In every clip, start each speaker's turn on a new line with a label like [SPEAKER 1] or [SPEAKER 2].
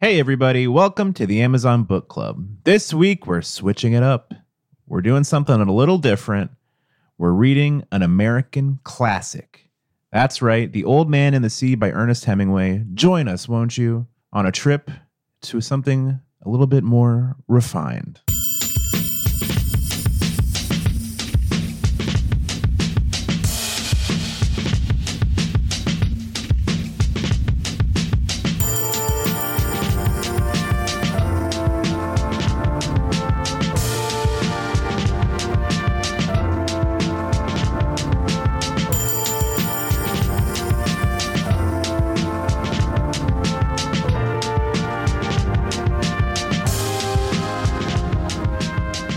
[SPEAKER 1] Hey, everybody, welcome to the Amazon Book Club. This week, we're switching it up. We're doing something a little different. We're reading an American classic. That's right, The Old Man and the Sea by Ernest Hemingway. Join us, won't you, on a trip to something a little bit more refined.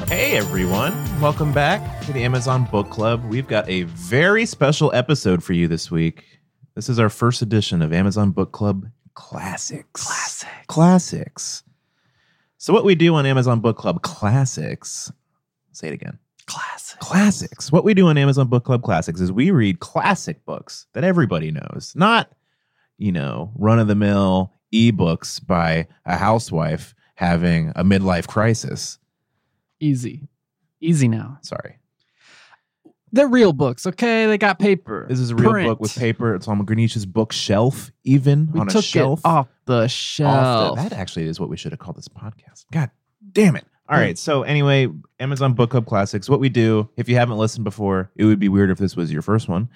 [SPEAKER 1] Hey everyone, welcome back to the Amazon Book Club. We've got a very special episode for you this week. This is our first edition of Amazon Book Club Classics. Classics. Classics. So what we do on Amazon Book Club Classics, say it again.
[SPEAKER 2] Classic.
[SPEAKER 1] Classics. What we do on Amazon Book Club Classics is we read classic books that everybody knows, not, you know, run of the mill ebooks by a housewife having a midlife crisis.
[SPEAKER 2] Easy. Easy now.
[SPEAKER 1] Sorry.
[SPEAKER 2] They're real books, okay? They got paper.
[SPEAKER 1] This is a real
[SPEAKER 2] Print.
[SPEAKER 1] book with paper. It's on Greenwich's bookshelf, even
[SPEAKER 2] We
[SPEAKER 1] on
[SPEAKER 2] took
[SPEAKER 1] a shelf.
[SPEAKER 2] it off the
[SPEAKER 1] off
[SPEAKER 2] shelf.
[SPEAKER 1] the- that actually is what we should have called this podcast. God damn it. All right. So, anyway, Amazon Book Club Classics. What we do, if you haven't listened before, it would be weird if this was your first one.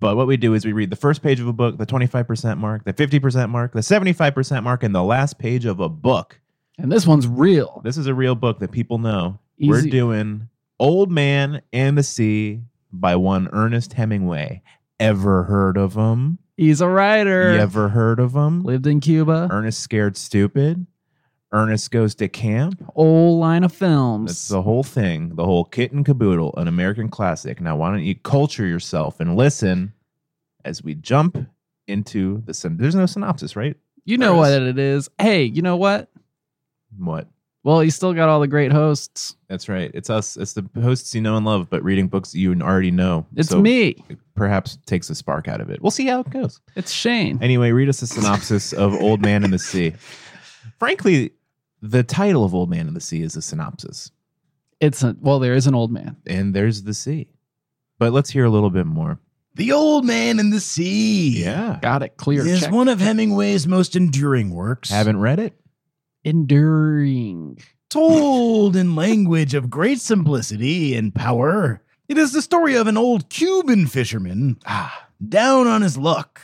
[SPEAKER 1] But what we do is we read the first page of a book, the 25% mark, the 50% mark, the 75% mark, and the last page of a book.
[SPEAKER 2] and this one's real.
[SPEAKER 1] This is a real book that people know. We're
[SPEAKER 2] Easy.
[SPEAKER 1] doing Old Man and the Sea by one Ernest Hemingway. Ever heard of him?
[SPEAKER 2] He's a writer.
[SPEAKER 1] You ever heard of him?
[SPEAKER 2] Lived in Cuba.
[SPEAKER 1] Ernest Scared Stupid. Ernest Goes to Camp.
[SPEAKER 2] Whole line of
[SPEAKER 1] That's
[SPEAKER 2] films.
[SPEAKER 1] the whole thing, the whole kit and caboodle, an American classic. Now, why don't you culture yourself and listen as we jump into the syn- There's no synopsis, right?
[SPEAKER 2] you know what it is. Hey, you know what?
[SPEAKER 1] What?
[SPEAKER 2] Well, you still got all the great hosts.
[SPEAKER 1] That's right. It's us. It's the hosts you know and love, but reading books you already know.
[SPEAKER 2] It's
[SPEAKER 1] So
[SPEAKER 2] me.
[SPEAKER 1] It perhaps takes a spark out of it. We'll see how it goes.
[SPEAKER 2] It's Shane.
[SPEAKER 1] Anyway, read us a synopsis of Old Man and the Sea. Frankly, the title of Old Man and the Sea is a synopsis.
[SPEAKER 2] It's a well, there is an old man.
[SPEAKER 1] and there's the sea. But let's hear a little bit more.
[SPEAKER 3] The Old Man and the Sea.
[SPEAKER 1] Yeah.
[SPEAKER 2] Got it clear.
[SPEAKER 3] Is
[SPEAKER 2] Check.
[SPEAKER 3] one of Hemingway's most enduring works,
[SPEAKER 1] Haven't read it?
[SPEAKER 2] Enduring.
[SPEAKER 3] told in language of great simplicity and power. It is the story of an old Cuban fisherman ah, down on his luck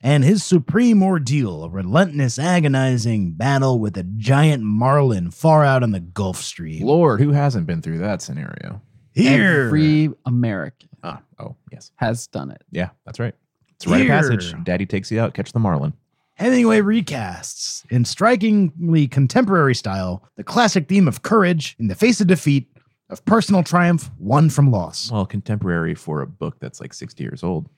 [SPEAKER 3] and his supreme ordeal, a relentless, agonizing battle with a giant marlin far out on the Gulf Stream.
[SPEAKER 1] Lord, who hasn't been through that scenario?
[SPEAKER 3] Here,
[SPEAKER 2] Every American
[SPEAKER 1] Ah, oh, yes.
[SPEAKER 2] has done it.
[SPEAKER 1] Yeah, that's right. It's a rite of
[SPEAKER 3] Here.
[SPEAKER 1] passage. Daddy takes you out, catch the marlin.
[SPEAKER 3] Hemingway recasts, in strikingly contemporary style, the classic theme of courage in the face of defeat, of personal triumph won from loss.
[SPEAKER 1] Well, contemporary for a book that's like 60 years old.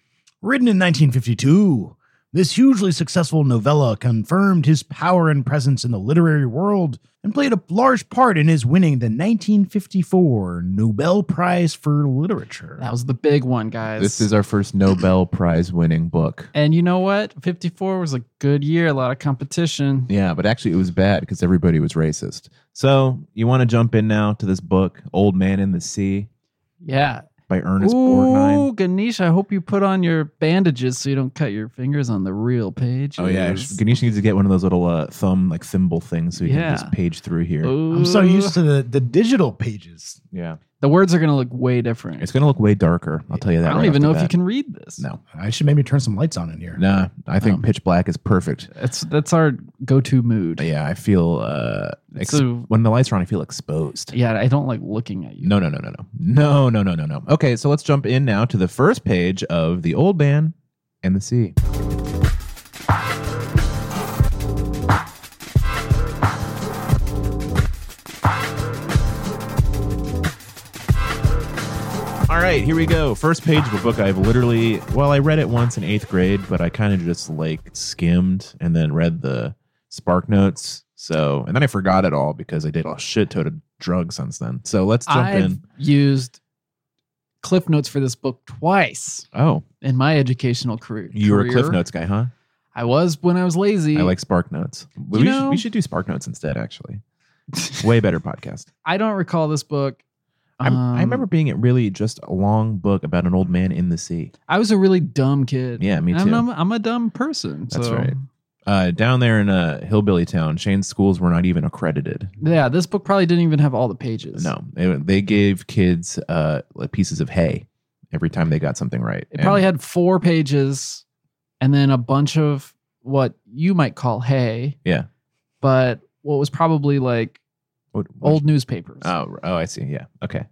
[SPEAKER 3] Written in 1952, this hugely successful novella confirmed his power and presence in the literary world and played a large part in his winning the 1954 Nobel Prize for Literature.
[SPEAKER 2] That was the big one, guys.
[SPEAKER 1] This is our first Nobel Prize winning book.
[SPEAKER 2] And you know what? 54 was a good year, a lot of competition.
[SPEAKER 1] Yeah, but actually, it was bad because everybody was racist. So, you want to jump in now to this book, Old Man in the Sea
[SPEAKER 2] Yeah.
[SPEAKER 1] by Ernest Borgnine?
[SPEAKER 2] Ooh, Ganesh, I hope you put on your bandages so you don't cut your fingers on the real page.
[SPEAKER 1] Oh, yeah. Ganesh needs to get one of those little uh, thumb, like thimble things so you
[SPEAKER 2] Yeah. Oh.
[SPEAKER 1] can just page through here.
[SPEAKER 3] I'm so used to the, the digital pages.
[SPEAKER 1] Yeah.
[SPEAKER 2] The words are going to look way different.
[SPEAKER 1] It's going to look way darker. I'll tell you that.
[SPEAKER 2] I don't
[SPEAKER 1] right
[SPEAKER 2] even know
[SPEAKER 1] off
[SPEAKER 2] if
[SPEAKER 1] the
[SPEAKER 2] you
[SPEAKER 1] bat.
[SPEAKER 2] can read this.
[SPEAKER 1] No.
[SPEAKER 3] I should maybe turn some lights on in here.
[SPEAKER 1] Nah, I think
[SPEAKER 2] Um,
[SPEAKER 1] pitch black is perfect.
[SPEAKER 2] It's, that's our go to mood.
[SPEAKER 1] Oh, Yeah, I feel uh, ex-
[SPEAKER 2] So-
[SPEAKER 1] when the lights are on, I feel exposed.
[SPEAKER 2] Yeah, I don't like looking at you.
[SPEAKER 1] No, no, no, no, no, no, no, no, no, no. Okay, so let's jump in now to the first page of the old man and the sea. All right, here we go. First page of a book I've literally, well, I read it once in eighth grade, but I kind of just like skimmed and then read the spark notes. So, and then I forgot it all because I did a shit ton of drugs since then. So let's jump
[SPEAKER 2] I've
[SPEAKER 1] in.
[SPEAKER 2] used Cliff Notes for this book twice
[SPEAKER 1] Oh,
[SPEAKER 2] in my educational career.
[SPEAKER 1] you were a
[SPEAKER 2] career.
[SPEAKER 1] Cliff Notes guy, huh?
[SPEAKER 2] I was when I was lazy.
[SPEAKER 1] I like Spark Notes. We,
[SPEAKER 2] You
[SPEAKER 1] should,
[SPEAKER 2] know-
[SPEAKER 1] we should do Spark Notes instead, actually. Way better podcast.
[SPEAKER 2] I don't recall this book.
[SPEAKER 1] I'm- I
[SPEAKER 2] Um,
[SPEAKER 1] remember being it really just a long book about an old man in the sea.
[SPEAKER 2] I was a really dumb kid.
[SPEAKER 1] Yeah, me
[SPEAKER 2] And
[SPEAKER 1] too.
[SPEAKER 2] I'm, I'm a dumb person.
[SPEAKER 1] That's
[SPEAKER 2] so-
[SPEAKER 1] right. Uh, down there in a hillbilly town, Shane's schools were not even accredited.
[SPEAKER 2] Yeah, this book probably didn't even have all the pages.
[SPEAKER 1] No, they, they gave kids uh, like pieces of hay every time they got something right.
[SPEAKER 2] It probably had four pages and then a bunch of what you might call hay.
[SPEAKER 1] Yeah.
[SPEAKER 2] But what was probably like
[SPEAKER 1] what, what-
[SPEAKER 2] old newspapers.
[SPEAKER 1] Oh, oh, I see. Yeah. Okay.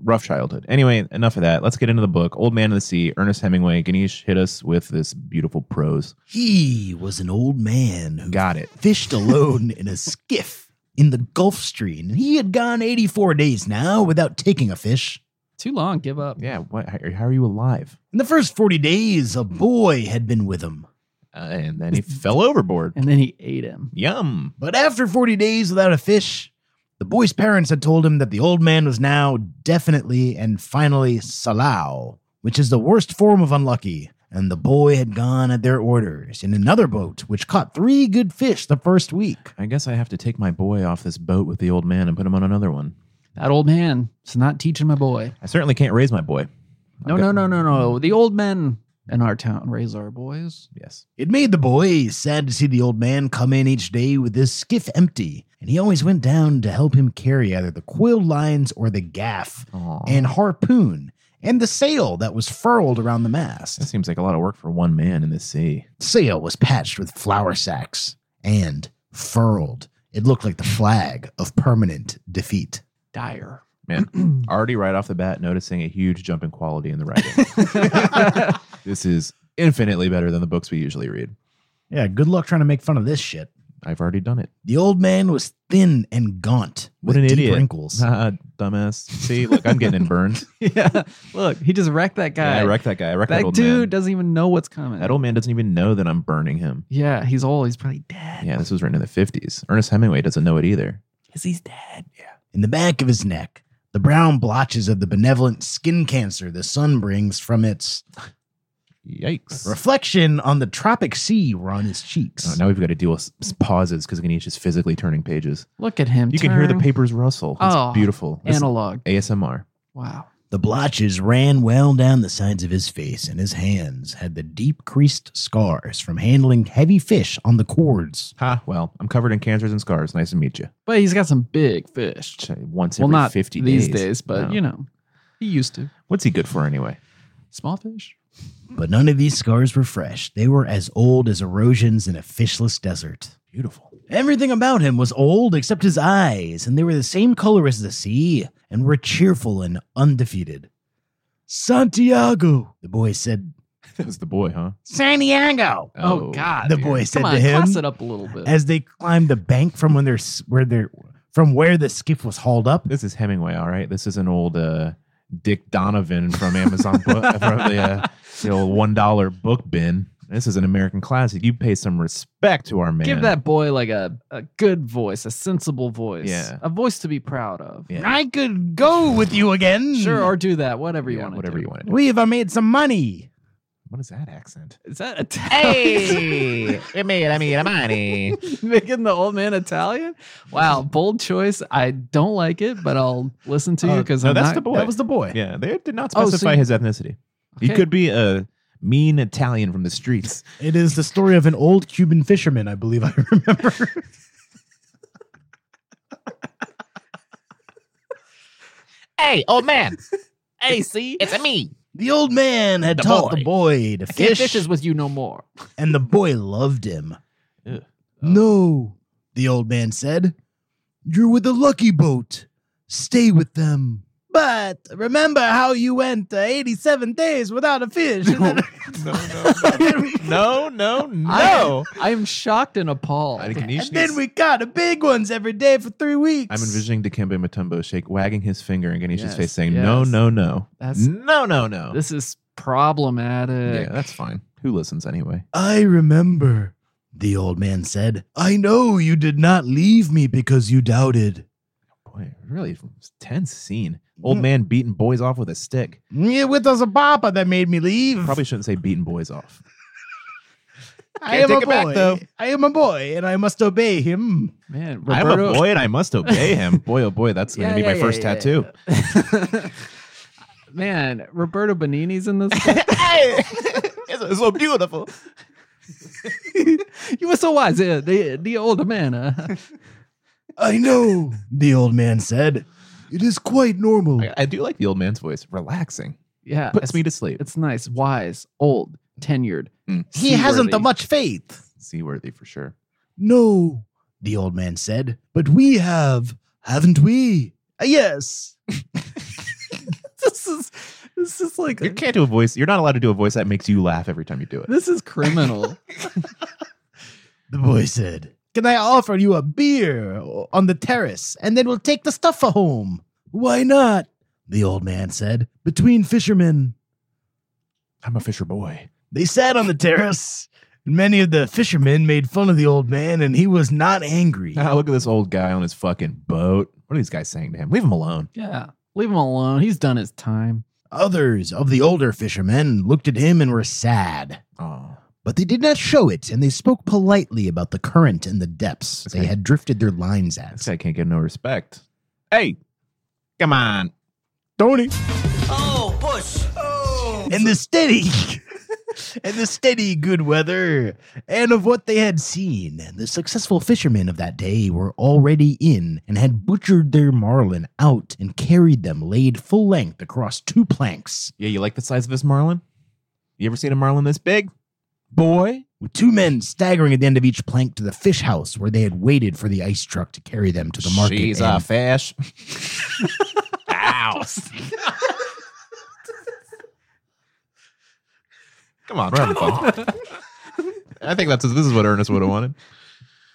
[SPEAKER 1] Rough childhood. Anyway, enough of that. Let's get into the book. Old Man of the Sea, Ernest Hemingway. Ganesh hit us with this beautiful prose.
[SPEAKER 3] He was an old man who
[SPEAKER 1] Got it.
[SPEAKER 3] fished alone in a skiff in the Gulf Stream. He had gone 84 days now without taking a fish.
[SPEAKER 2] Too long. Give up.
[SPEAKER 1] Yeah. What? How, how are you alive?
[SPEAKER 3] In the first 40 days, a boy had been with him.
[SPEAKER 1] Uh, and then he fell overboard.
[SPEAKER 2] And then he ate him.
[SPEAKER 1] Yum.
[SPEAKER 3] But after 40 days without a fish, the boy's parents had told him that the old man was now definitely and finally Salau, which is the worst form of unlucky. And the boy had gone at their orders in another boat, which caught three good fish the first week.
[SPEAKER 1] I guess I have to take my boy off this boat with the old man and put him on another one.
[SPEAKER 2] That old man is not teaching my boy.
[SPEAKER 1] I certainly can't raise my boy.
[SPEAKER 2] No,
[SPEAKER 1] Okay.
[SPEAKER 2] no, no, no, no. The old men in our town raise our boys.
[SPEAKER 1] Yes.
[SPEAKER 3] It made the boy sad to see the old man come in each day with his skiff empty, and he always went down to help him carry either the coiled lines or the gaff
[SPEAKER 1] Aw.
[SPEAKER 3] and harpoon and the sail that was furled around the mast.
[SPEAKER 1] that seems like a lot of work for one man in the sea.
[SPEAKER 3] sail was patched with flour sacks and furled. It looked like the flag of permanent defeat.
[SPEAKER 2] Dire.
[SPEAKER 1] Man, already right off the bat, noticing a huge jump in quality in the writing. this is infinitely better than the books we usually read.
[SPEAKER 3] Yeah, good luck trying to make fun of this shit.
[SPEAKER 1] I've already done it.
[SPEAKER 3] The old man was thin and gaunt
[SPEAKER 1] What
[SPEAKER 3] with
[SPEAKER 1] an
[SPEAKER 3] deep
[SPEAKER 1] idiot.
[SPEAKER 3] wrinkles.
[SPEAKER 1] Ah, dumbass. See, look, I'm getting in burns.
[SPEAKER 2] yeah. Look, he just wrecked that guy.
[SPEAKER 1] Yeah, I wrecked that guy. I wrecked that,
[SPEAKER 2] that
[SPEAKER 1] old
[SPEAKER 2] dude
[SPEAKER 1] man.
[SPEAKER 2] doesn't even know what's coming.
[SPEAKER 1] That old man doesn't even know that I'm burning him.
[SPEAKER 2] yeah, he's old. He's probably dead.
[SPEAKER 1] Yeah, this was written in the 50s. Ernest Hemingway doesn't know it either.
[SPEAKER 2] Because he's dead.
[SPEAKER 3] In the back of his neck, the brown blotches of the benevolent skin cancer the sun brings from its
[SPEAKER 1] Yikes.
[SPEAKER 3] reflection on the tropic sea were on his
[SPEAKER 1] Oh,
[SPEAKER 3] cheeks.
[SPEAKER 1] now we've got to deal with s- pauses because Ganesh is physically turning pages.
[SPEAKER 2] Look at him.
[SPEAKER 1] You can hear the
[SPEAKER 2] turn.
[SPEAKER 1] papers rustle. It's
[SPEAKER 2] Oh,
[SPEAKER 1] beautiful. This is
[SPEAKER 2] Analog.
[SPEAKER 1] ASMR.
[SPEAKER 2] Wow.
[SPEAKER 3] The blotches ran well down the sides of his face, and his hands had the deep creased scars from handling heavy fish on the cords.
[SPEAKER 1] Ha, well, I'm covered in cancers and scars. Nice to meet you.
[SPEAKER 2] But he's got some big fish.
[SPEAKER 1] Ch- Once
[SPEAKER 2] Well,
[SPEAKER 1] every
[SPEAKER 2] not
[SPEAKER 1] 50
[SPEAKER 2] these
[SPEAKER 1] days.
[SPEAKER 2] days, but
[SPEAKER 1] No.
[SPEAKER 2] you know, he used to.
[SPEAKER 1] What's he good for anyway?
[SPEAKER 2] Small fish.
[SPEAKER 3] But none of these scars were fresh. They were as old as erosions in a fishless desert.
[SPEAKER 1] Beautiful.
[SPEAKER 3] Everything about him was old except his eyes, and they were the same color as the sea, and were cheerful and undefeated. Santiago, the boy said.
[SPEAKER 1] That was the boy, huh?
[SPEAKER 3] Santiago,
[SPEAKER 2] Oh, God.
[SPEAKER 3] the
[SPEAKER 2] dude.
[SPEAKER 3] boy said
[SPEAKER 2] Come on,
[SPEAKER 3] to him
[SPEAKER 2] class it up a little bit.
[SPEAKER 3] as they climbed the bank from when their where their from where the skiff was hauled up.
[SPEAKER 1] This is Hemingway, all right? This is an old uh, Dick Donovan from Amazon book, from the, uh, the old $1 book bin. This is an American classic. You pay some respect to our man.
[SPEAKER 2] Give that boy like a, a good voice, a sensible voice.
[SPEAKER 1] Yeah.
[SPEAKER 2] A voice to be proud of.
[SPEAKER 1] Yeah.
[SPEAKER 3] I could go with you again.
[SPEAKER 2] Sure, or do that, whatever you
[SPEAKER 1] Yeah,
[SPEAKER 2] want.
[SPEAKER 1] whatever you want to do.
[SPEAKER 3] we've uh, made some money.
[SPEAKER 1] What is that accent?
[SPEAKER 2] Is that Italian?
[SPEAKER 1] I mean, I mean, money.
[SPEAKER 2] Making the old man Italian? Wow, bold choice. I don't like it, but I'll listen to you because
[SPEAKER 1] Uh, no,
[SPEAKER 2] I'm
[SPEAKER 1] that's
[SPEAKER 2] not-
[SPEAKER 1] the boy.
[SPEAKER 3] That was the boy.
[SPEAKER 1] Yeah, they did not
[SPEAKER 2] Oh, so
[SPEAKER 1] specify
[SPEAKER 2] you-
[SPEAKER 1] his ethnicity. He
[SPEAKER 2] Okay.
[SPEAKER 1] could be a mean Italian from the streets.
[SPEAKER 3] It is the story of an old Cuban fisherman, I believe I remember.
[SPEAKER 4] Hey, old man. hey, see? It's a me.
[SPEAKER 3] the old man had
[SPEAKER 4] The
[SPEAKER 3] taught the
[SPEAKER 4] boy.
[SPEAKER 3] boy to
[SPEAKER 4] I can't
[SPEAKER 3] fish,
[SPEAKER 4] fish is with you no more.
[SPEAKER 3] and the boy loved him.
[SPEAKER 1] Ugh.
[SPEAKER 3] No, the old man said. You're with the lucky boat. Stay with them. But remember how you went uh, 87 days without a fish.
[SPEAKER 1] no, no, no, no, no.
[SPEAKER 2] I'm shocked and appalled.
[SPEAKER 1] I can
[SPEAKER 3] And then we caught a big ones every day for three weeks.
[SPEAKER 1] I'm envisioning Dikembe Mutombo shake wagging his finger in Ganesha's
[SPEAKER 2] Yes,
[SPEAKER 1] face, saying, "No,
[SPEAKER 2] yes.
[SPEAKER 1] no, no,
[SPEAKER 2] That's-
[SPEAKER 1] no, no, no."
[SPEAKER 2] This is
[SPEAKER 1] yeah,
[SPEAKER 2] problematic.
[SPEAKER 1] that's fine. Who listens anyway?
[SPEAKER 3] I remember, the old man said. I know you did not leave me because you doubted.
[SPEAKER 1] Boy, really it was a tense scene. Old man beating boys off with a stick. Mm.
[SPEAKER 3] It was a papa that made me leave.
[SPEAKER 1] Probably shouldn't say beating boys off.
[SPEAKER 3] I
[SPEAKER 1] Can't
[SPEAKER 3] am a
[SPEAKER 1] take it back,
[SPEAKER 3] boy.
[SPEAKER 1] though.
[SPEAKER 3] I am a boy, and I must obey him.
[SPEAKER 2] Man,
[SPEAKER 1] I'm
[SPEAKER 2] Roberto,
[SPEAKER 1] a boy and I must obey him. Boy, oh boy, that's
[SPEAKER 2] Yeah,
[SPEAKER 1] gonna be
[SPEAKER 2] yeah,
[SPEAKER 1] my
[SPEAKER 2] yeah,
[SPEAKER 1] first
[SPEAKER 2] yeah,
[SPEAKER 1] tattoo.
[SPEAKER 2] Man, Roberto Benini's in this. thing.
[SPEAKER 4] hey, it's so beautiful.
[SPEAKER 2] you were so wise, yeah, the the older man. Uh,
[SPEAKER 3] I know, the old man said. It is quite normal.
[SPEAKER 1] I, I do like the old man's voice. Relaxing.
[SPEAKER 2] yeah,
[SPEAKER 1] Puts
[SPEAKER 2] it's,
[SPEAKER 1] me to sleep.
[SPEAKER 2] it's nice, wise, old, tenured.
[SPEAKER 1] Mm.
[SPEAKER 3] He hasn't the
[SPEAKER 2] seaworthy.
[SPEAKER 3] much faith.
[SPEAKER 1] Seaworthy for sure.
[SPEAKER 3] No, the old man said. But we have, haven't we? "Uh, yes.
[SPEAKER 2] This is this is like
[SPEAKER 1] You can't do a voice. You're not allowed to do a voice that makes you laugh every time you do it.
[SPEAKER 2] this is criminal.
[SPEAKER 3] The boy said, Can I offer you a beer on the terrace and then we'll take the stuff for home? Why not? The old man said, Between fishermen.
[SPEAKER 1] I'm a fisher boy.
[SPEAKER 3] They sat on the terrace. and Many of the fishermen made fun of the old man and he was not angry.
[SPEAKER 1] Now Ah, look at this old guy on his fucking boat. What are these guys saying to him? Leave him alone.
[SPEAKER 2] yeah, leave him alone. He's done his time.
[SPEAKER 3] Others of the older fishermen looked at him and were sad.
[SPEAKER 1] Oh.
[SPEAKER 3] But they did not show it, and they spoke politely about the current and the depths
[SPEAKER 1] Okay.
[SPEAKER 3] they had drifted their lines
[SPEAKER 1] This
[SPEAKER 3] at.
[SPEAKER 1] guy can't get no respect. Hey, come on.
[SPEAKER 3] Tony.
[SPEAKER 5] Oh, push. Oh.
[SPEAKER 3] And the steady and the steady good weather and of what they had seen. The successful fishermen of that day were already in and had butchered their marlin out and carried them laid full length across two planks.
[SPEAKER 1] Yeah, you like the size of this marlin? You ever seen a marlin this big? Boy.
[SPEAKER 3] With two men staggering at the end of each plank to the fish house where they had waited for the ice truck to carry them to the market.
[SPEAKER 1] She's a
[SPEAKER 3] and-
[SPEAKER 1] fish. Ow. Come on, we're having fun. I think that's this is what Ernest would have wanted.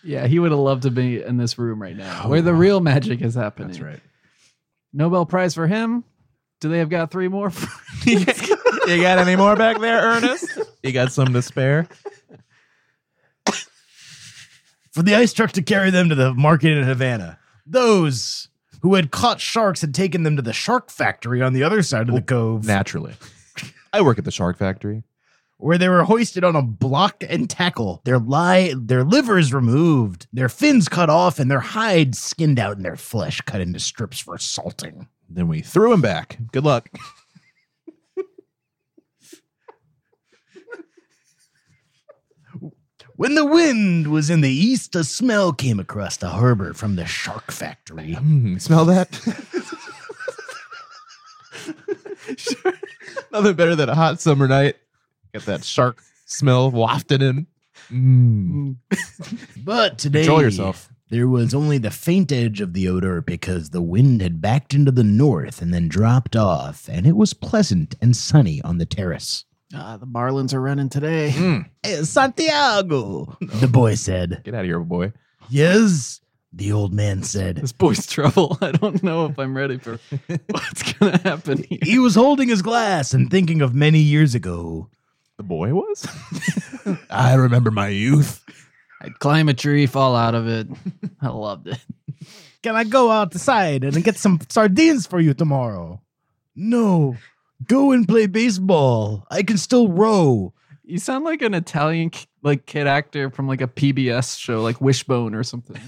[SPEAKER 2] Yeah, he would have loved to be in this room right now,
[SPEAKER 1] Oh,
[SPEAKER 2] where the
[SPEAKER 1] wow.
[SPEAKER 2] real magic is happening.
[SPEAKER 1] right.
[SPEAKER 2] Nobel Prize for him. Do they have got three more?
[SPEAKER 1] You got any more back there, Ernest? You got some to spare?
[SPEAKER 3] for the ice truck to carry them to the market in Havana. Those who had caught sharks had taken them to the shark factory on the other side of the cove,
[SPEAKER 1] Naturally. I work at the shark factory.
[SPEAKER 3] where they were hoisted on a block and tackle, their li- their livers removed, their fins cut off, and their hides skinned out and their flesh cut into strips for salting.
[SPEAKER 1] Then we threw him back. Good luck.
[SPEAKER 3] When the wind was in the east, a smell came across the harbor from the shark factory.
[SPEAKER 1] Mm, smell that? Sure. Nothing better than a hot summer night. Get that shark smell wafted in. Mm.
[SPEAKER 3] But today,
[SPEAKER 1] Enjoy yourself.
[SPEAKER 3] There was only the faint edge of the odor because the wind had backed into the north and then dropped off, and it was pleasant and sunny on the terrace.
[SPEAKER 2] Ah, the Marlins are running today.
[SPEAKER 1] Mm.
[SPEAKER 3] Santiago, the boy said.
[SPEAKER 1] Get out of here, boy.
[SPEAKER 3] Yes, the old man said.
[SPEAKER 2] This boy's trouble. I don't know if I'm ready for what's gonna happen here.
[SPEAKER 3] He was holding his glass and thinking of many years ago.
[SPEAKER 1] The boy was? I remember my youth.
[SPEAKER 2] I'd climb a tree, fall out of it. I loved it.
[SPEAKER 3] Can I go outside and get some sardines for you tomorrow? No, go and play baseball. I can still row.
[SPEAKER 2] You sound like an Italian k- like kid actor from like a PBS show, like Wishbone or something.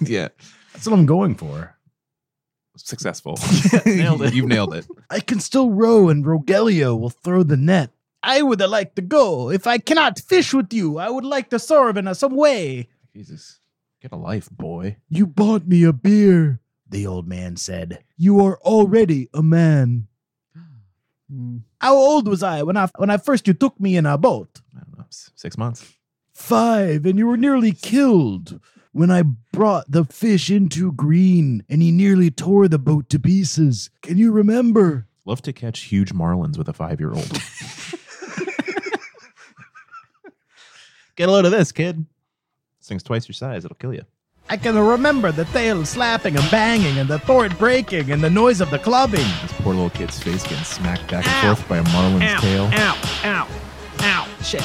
[SPEAKER 1] yeah.
[SPEAKER 3] That's what I'm going for.
[SPEAKER 1] Successful.
[SPEAKER 2] nailed it.
[SPEAKER 1] You've nailed it.
[SPEAKER 3] I can still row, and Rogelio will throw the net. I would like to go. If I cannot fish with you, I would like to serve in some way.
[SPEAKER 1] Jesus. Get a life, boy.
[SPEAKER 3] You bought me a beer, the old man said. You are already a man.
[SPEAKER 2] Mm.
[SPEAKER 3] How old was I when I when I first you took me in a boat?
[SPEAKER 1] I don't know. s- Six months.
[SPEAKER 3] Five, and you were nearly killed when I brought the fish into green, and he nearly tore the boat to pieces. Can you remember?
[SPEAKER 1] Love to catch huge marlins with a five year old. Get a load of this, kid. This thing's twice your size. It'll kill you.
[SPEAKER 3] I can remember the tail slapping and banging and the thwart breaking and the noise of the clubbing.
[SPEAKER 1] This poor little kid's face getting smacked back and forth by a marlin's tail.
[SPEAKER 2] Shit.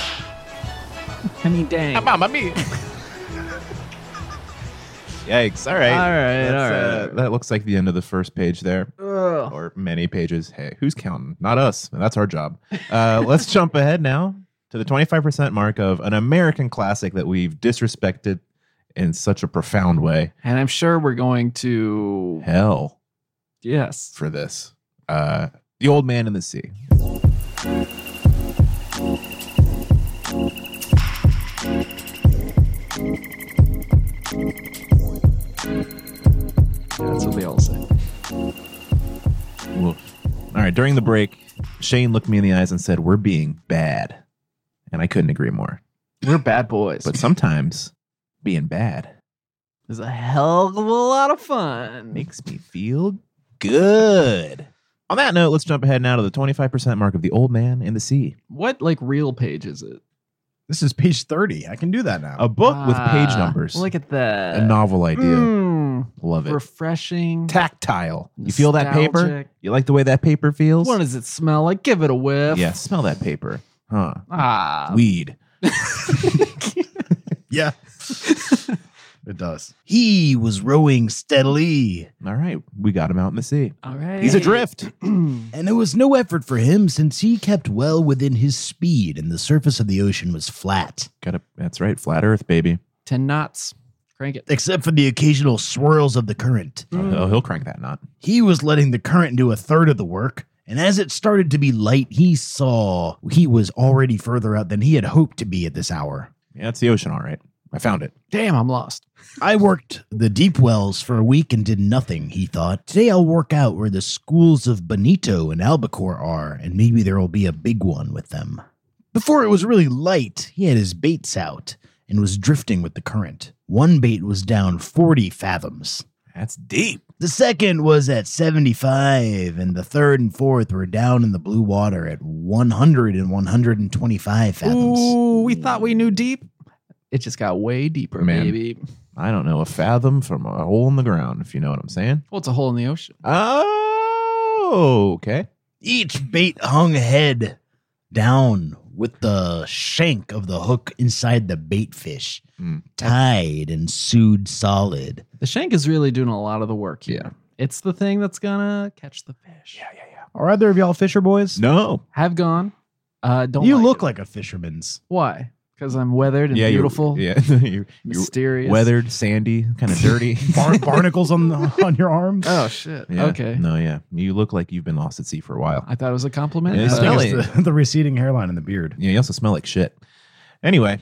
[SPEAKER 2] I mean, dang.
[SPEAKER 4] Mamma mia.
[SPEAKER 1] Yikes. All right.
[SPEAKER 2] All right,
[SPEAKER 1] That's,
[SPEAKER 2] all
[SPEAKER 1] uh, that looks like the end of the first page there,
[SPEAKER 2] Ugh.
[SPEAKER 1] or many pages. Hey, who's counting? Not us. That's our job. Uh, let's jump ahead now to the 25% mark of an American classic that we've disrespected in such a profound way.
[SPEAKER 2] And I'm sure we're going to.
[SPEAKER 1] Hell
[SPEAKER 2] Yes.
[SPEAKER 1] for this. Uh, the Old Man in the Sea.
[SPEAKER 2] That's what they all say.
[SPEAKER 1] Woof. All right. During the break, Shane looked me in the eyes and said, We're being bad. And I couldn't agree more.
[SPEAKER 2] We're bad boys.
[SPEAKER 1] But sometimes being bad
[SPEAKER 2] It's a hell of a lot of fun.
[SPEAKER 1] makes me feel good. On that note, let's jump ahead now to the 25% mark of The Old Man in the Sea,
[SPEAKER 2] What like real page is it?
[SPEAKER 3] This is page 30. I can do that now.
[SPEAKER 1] a book with page
[SPEAKER 2] Ah,
[SPEAKER 1] numbers,
[SPEAKER 2] Look at that.
[SPEAKER 1] a novel idea.
[SPEAKER 2] Mm,
[SPEAKER 1] Love it.
[SPEAKER 2] refreshing.
[SPEAKER 1] Tactile. You feel that paper?
[SPEAKER 2] nostalgic.
[SPEAKER 1] You like the way that paper feels?
[SPEAKER 2] What does it smell like? Give it a whiff.
[SPEAKER 1] yeah, smell that paper. Huh.
[SPEAKER 2] Ah.
[SPEAKER 1] Weed.
[SPEAKER 3] yeah. it does. He was rowing steadily,
[SPEAKER 1] All right. We got him out in the sea.
[SPEAKER 2] all right.
[SPEAKER 1] He's adrift.
[SPEAKER 3] and it was no effort for him since he kept well within his speed and the surface of the ocean was flat,
[SPEAKER 1] Got a, that's right. Flat Earth, baby.
[SPEAKER 2] Ten knots. Crank it.
[SPEAKER 3] except for the occasional swirls of the current.
[SPEAKER 1] Oh,
[SPEAKER 2] Hmm.
[SPEAKER 1] he'll- he'll crank that knot.
[SPEAKER 3] He was letting the current do a third of the work, and as it started to be light, he saw he was already further out than he had hoped to be at this hour.
[SPEAKER 1] Yeah, it's the ocean, all right. I found it.
[SPEAKER 2] Damn, I'm lost.
[SPEAKER 3] I worked the deep wells for a week and did nothing, he thought. Today I'll work out where the schools of Bonito and Albacore are, and maybe there'll be a big one with them. Before it was really light, he had his baits out and was drifting with the current. One bait was down 40 fathoms.
[SPEAKER 1] That's deep.
[SPEAKER 3] The second was at 75, and the third and fourth were down in the blue water at 100 and 125 fathoms.
[SPEAKER 2] Ooh, we thought we knew deep. It just got way deeper,
[SPEAKER 1] Man.
[SPEAKER 2] baby.
[SPEAKER 1] I don't know, a fathom from a hole in the ground, if you know what I'm saying.
[SPEAKER 2] Well, it's a hole in the ocean.
[SPEAKER 1] Oh, okay.
[SPEAKER 3] Each bait hung head down with the shank of the hook inside the bait fish,
[SPEAKER 2] Hmm.
[SPEAKER 1] Mm.
[SPEAKER 3] tied and sewed solid.
[SPEAKER 2] The shank is really doing a lot of the work here. It's the thing that's gonna catch the fish.
[SPEAKER 1] Yeah, yeah, yeah.
[SPEAKER 3] Are either of y'all fisher boys?
[SPEAKER 1] No.
[SPEAKER 2] Have gone. Uh, don't
[SPEAKER 3] you
[SPEAKER 2] like
[SPEAKER 3] look
[SPEAKER 2] it.
[SPEAKER 3] like a fisherman's.
[SPEAKER 2] why? Because I'm weathered and
[SPEAKER 1] yeah, you're-
[SPEAKER 2] beautiful,
[SPEAKER 1] Yeah, you're, you're
[SPEAKER 2] mysterious.
[SPEAKER 1] weathered, sandy, kind of dirty.
[SPEAKER 3] Bar- barnacles on the, on your arms.
[SPEAKER 2] Oh shit.
[SPEAKER 1] Yeah.
[SPEAKER 2] Okay.
[SPEAKER 1] No, yeah. You look like you've been lost at sea for a while.
[SPEAKER 2] I thought it was a compliment.
[SPEAKER 1] Yeah,
[SPEAKER 3] I
[SPEAKER 1] it's
[SPEAKER 2] but-
[SPEAKER 3] think
[SPEAKER 1] smelly.
[SPEAKER 3] it's the, the receding hairline and the beard.
[SPEAKER 1] Yeah, you also smell like shit. Anyway,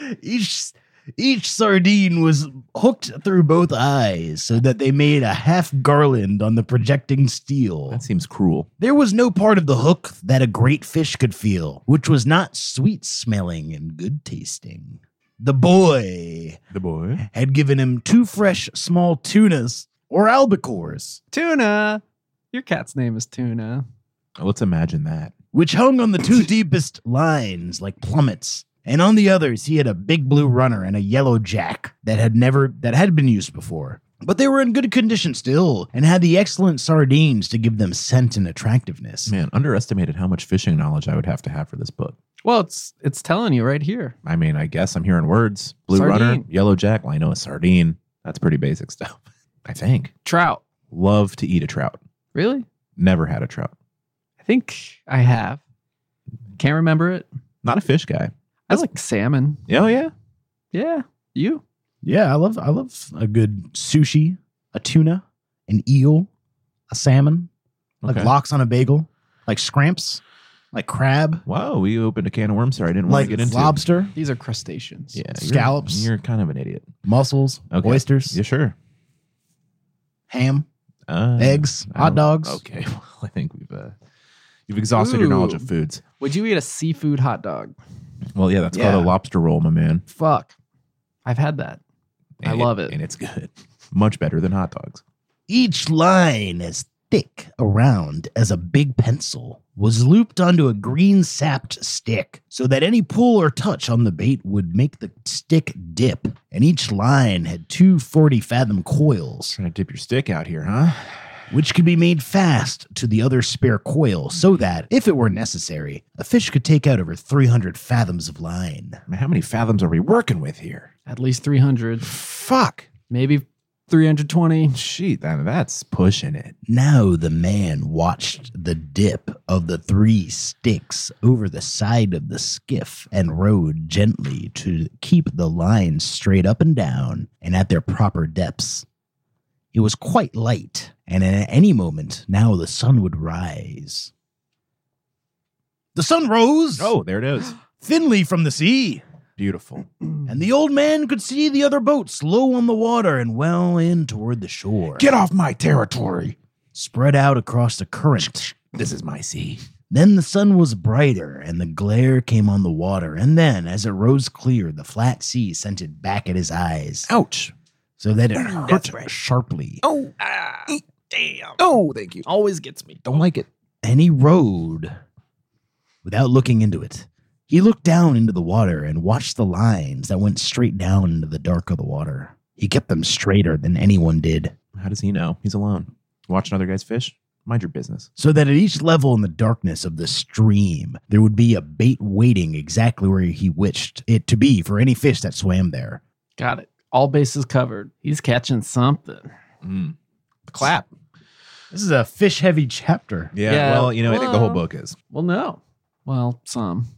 [SPEAKER 3] Each each sardine was hooked through both eyes so that they made a half garland on the projecting steel.
[SPEAKER 1] that seems cruel.
[SPEAKER 3] There was no part of the hook that a great fish could feel, which was not sweet smelling and good tasting. The boy
[SPEAKER 1] The boy.
[SPEAKER 3] had given him two fresh small tunas or albacores,
[SPEAKER 2] Tuna. Your cat's name is Tuna.
[SPEAKER 1] Let's imagine that.
[SPEAKER 3] which hung on the two deepest lines like plummets. And on the others, he had a big blue runner and a yellow jack that had never that had been used before. But they were in good condition still, and had the excellent sardines to give them scent and attractiveness.
[SPEAKER 1] Man, underestimated how much fishing knowledge I would have to have for this book.
[SPEAKER 2] Well, it's it's telling you right here.
[SPEAKER 1] I mean, I guess I'm hearing words. Blue
[SPEAKER 2] Sardine.
[SPEAKER 1] runner, yellow jack. Well, I know a sardine. That's pretty basic stuff. I think.
[SPEAKER 2] Trout.
[SPEAKER 1] Love to eat a trout.
[SPEAKER 2] Really?
[SPEAKER 1] Never had a trout.
[SPEAKER 2] I think I have. Can't remember it.
[SPEAKER 1] Not a fish guy.
[SPEAKER 2] I like salmon.
[SPEAKER 1] Oh yeah.
[SPEAKER 2] Yeah. You?
[SPEAKER 3] Yeah, I love I love a good sushi, a tuna, an eel, a salmon,
[SPEAKER 1] Okay.
[SPEAKER 3] like lox on a bagel, like scramps, like crab,
[SPEAKER 1] Wow, we opened a can of worms. Sorry, I didn't want
[SPEAKER 3] like
[SPEAKER 1] to get into.
[SPEAKER 3] lobster,
[SPEAKER 2] These are crustaceans.
[SPEAKER 1] Yeah, you're-
[SPEAKER 3] Scallops.
[SPEAKER 1] You're, kind of an idiot.
[SPEAKER 3] mussels,
[SPEAKER 1] Okay.
[SPEAKER 3] oysters,
[SPEAKER 1] Yeah, sure.
[SPEAKER 3] ham,
[SPEAKER 1] Uh,
[SPEAKER 3] eggs,
[SPEAKER 1] I
[SPEAKER 3] hot
[SPEAKER 1] don't-
[SPEAKER 3] dogs.
[SPEAKER 1] Okay. Well, I think we've uh, you've exhausted your knowledge
[SPEAKER 2] Ooh.
[SPEAKER 1] of foods.
[SPEAKER 2] Would you eat a seafood hot dog?
[SPEAKER 1] Well, yeah, that's called
[SPEAKER 3] Yeah.
[SPEAKER 1] a lobster roll, my man.
[SPEAKER 2] Fuck. I've had that. I
[SPEAKER 1] And
[SPEAKER 2] love it.
[SPEAKER 1] and it's good. Much better than hot dogs.
[SPEAKER 3] Each line as thick around as a big pencil was looped onto a green sapped stick so that any pull or touch on the bait would make the stick dip and each line had two 40 fathom coils
[SPEAKER 1] Trying to dip your stick out here, huh?
[SPEAKER 3] which could be made fast to the other spare coil so that, if it were necessary, a fish could take out over 300 fathoms of line.
[SPEAKER 1] I mean, how many fathoms are we working with here?
[SPEAKER 2] At least 300,
[SPEAKER 1] Fuck.
[SPEAKER 2] maybe 320.
[SPEAKER 1] Shit, that, that's pushing it.
[SPEAKER 3] Now the man watched the dip of the three sticks over the side of the skiff and rowed gently to keep the lines straight up and down and at their proper depths. It was quite light, and at any moment now the sun would rise. The sun rose
[SPEAKER 1] Oh, there it is.
[SPEAKER 3] thinly from the sea,
[SPEAKER 1] Beautiful.
[SPEAKER 3] and the old man could see the other boats low on the water and well in toward the shore,
[SPEAKER 1] off my territory.
[SPEAKER 3] spread out across the current.
[SPEAKER 1] This is my sea.
[SPEAKER 3] Then the sun was brighter and the glare came on the water, and then as it rose clear, the flat sea sent it back at his eyes
[SPEAKER 1] Ouch.
[SPEAKER 3] so that it hurt sharply.
[SPEAKER 4] Oh,
[SPEAKER 1] e-
[SPEAKER 4] damn. Oh, thank you. Always gets me.
[SPEAKER 1] Ah, Don't like it.
[SPEAKER 3] And he rowed without looking into it. He looked down into the water and watched the lines that went straight down into the dark of the water. He kept them straighter than anyone did,
[SPEAKER 1] How does he know? He's alone. Watching other guys fish? Mind your business.
[SPEAKER 3] so that at each level in the darkness of the stream, there would be a bait waiting exactly where he wished it to be for any fish that swam there.
[SPEAKER 2] Got it. All bases covered. He's catching something.
[SPEAKER 1] Mm. Clap.
[SPEAKER 3] This is a fish heavy chapter.
[SPEAKER 1] Yeah,
[SPEAKER 2] Yeah.
[SPEAKER 1] Well, you know, I think the whole
[SPEAKER 2] Well-
[SPEAKER 1] book is.
[SPEAKER 2] Well, no. Well, some.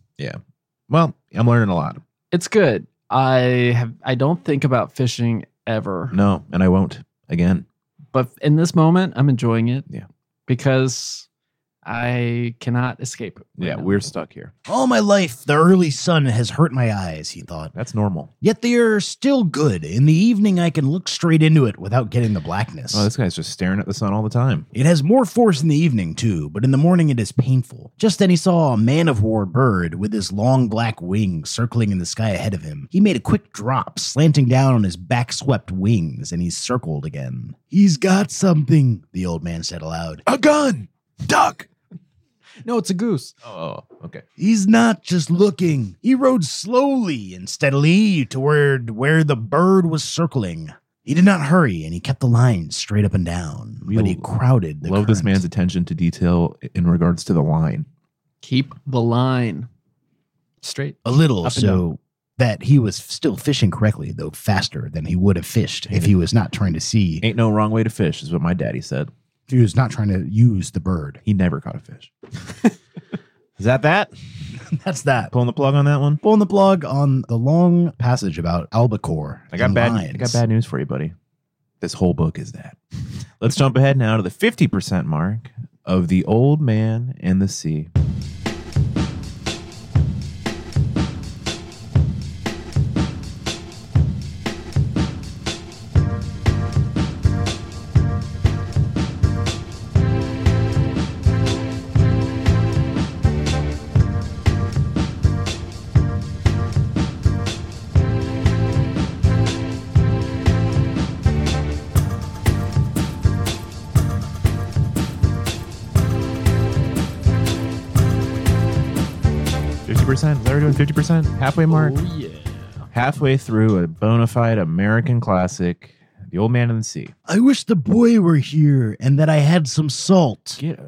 [SPEAKER 1] Well, I'm learning a lot.
[SPEAKER 2] It's good. I have I don't think about fishing ever.
[SPEAKER 1] No, and I won't again.
[SPEAKER 2] But in this moment, I'm enjoying it.
[SPEAKER 1] Yeah.
[SPEAKER 2] Because I cannot escape it. right
[SPEAKER 1] Yeah,
[SPEAKER 2] now.
[SPEAKER 1] we're stuck here.
[SPEAKER 3] All my life, the early sun has hurt my eyes, he thought.
[SPEAKER 1] That's normal.
[SPEAKER 3] Yet they are still good. In the evening, I can look straight into it without getting the blackness.
[SPEAKER 1] Oh, this guy's just staring at the sun all the time.
[SPEAKER 3] It has more force in the evening, too, but in the morning it is painful. Just then he saw a man of war bird with his long black wings circling in the sky ahead of him. He made a quick drop, slanting down on his back swept wings, and he circled again. He's got something, the old man said aloud.
[SPEAKER 1] A gun. Duck.
[SPEAKER 2] no, it's a goose.
[SPEAKER 1] Oh, okay.
[SPEAKER 3] He's not just looking. He rode slowly and steadily toward where the bird was circling. He did not hurry, and he kept the line straight up and down.
[SPEAKER 1] We
[SPEAKER 3] but he
[SPEAKER 1] will
[SPEAKER 3] crowded. The
[SPEAKER 1] Love this
[SPEAKER 3] current.
[SPEAKER 1] man's attention to detail in regards to the line.
[SPEAKER 2] Keep the line straight.
[SPEAKER 3] a little
[SPEAKER 2] Up and
[SPEAKER 3] so that he was still fishing correctly, though faster than he would have fished if he was not trying to see.
[SPEAKER 1] Ain't no wrong way to fish, is what my daddy said.
[SPEAKER 3] If he was not trying to use the bird.
[SPEAKER 1] He never caught a fish. is that that?
[SPEAKER 3] That's that.
[SPEAKER 1] Pulling the plug on that one?
[SPEAKER 3] Pulling the plug on the long passage about albacore.
[SPEAKER 1] I got
[SPEAKER 3] and
[SPEAKER 1] bad. I
[SPEAKER 3] lions.
[SPEAKER 1] got bad news for you, buddy. This whole book is that. Let's jump ahead now to the fifty percent mark of the old man and the sea. Fifty percent. Is that we're doing fifty percent? Halfway mark.
[SPEAKER 2] Oh, yeah.
[SPEAKER 1] Halfway through a bona fide American classic, The Old Man and the Sea.
[SPEAKER 3] I wish the boy were here and that I had some salt.
[SPEAKER 1] Get, uh,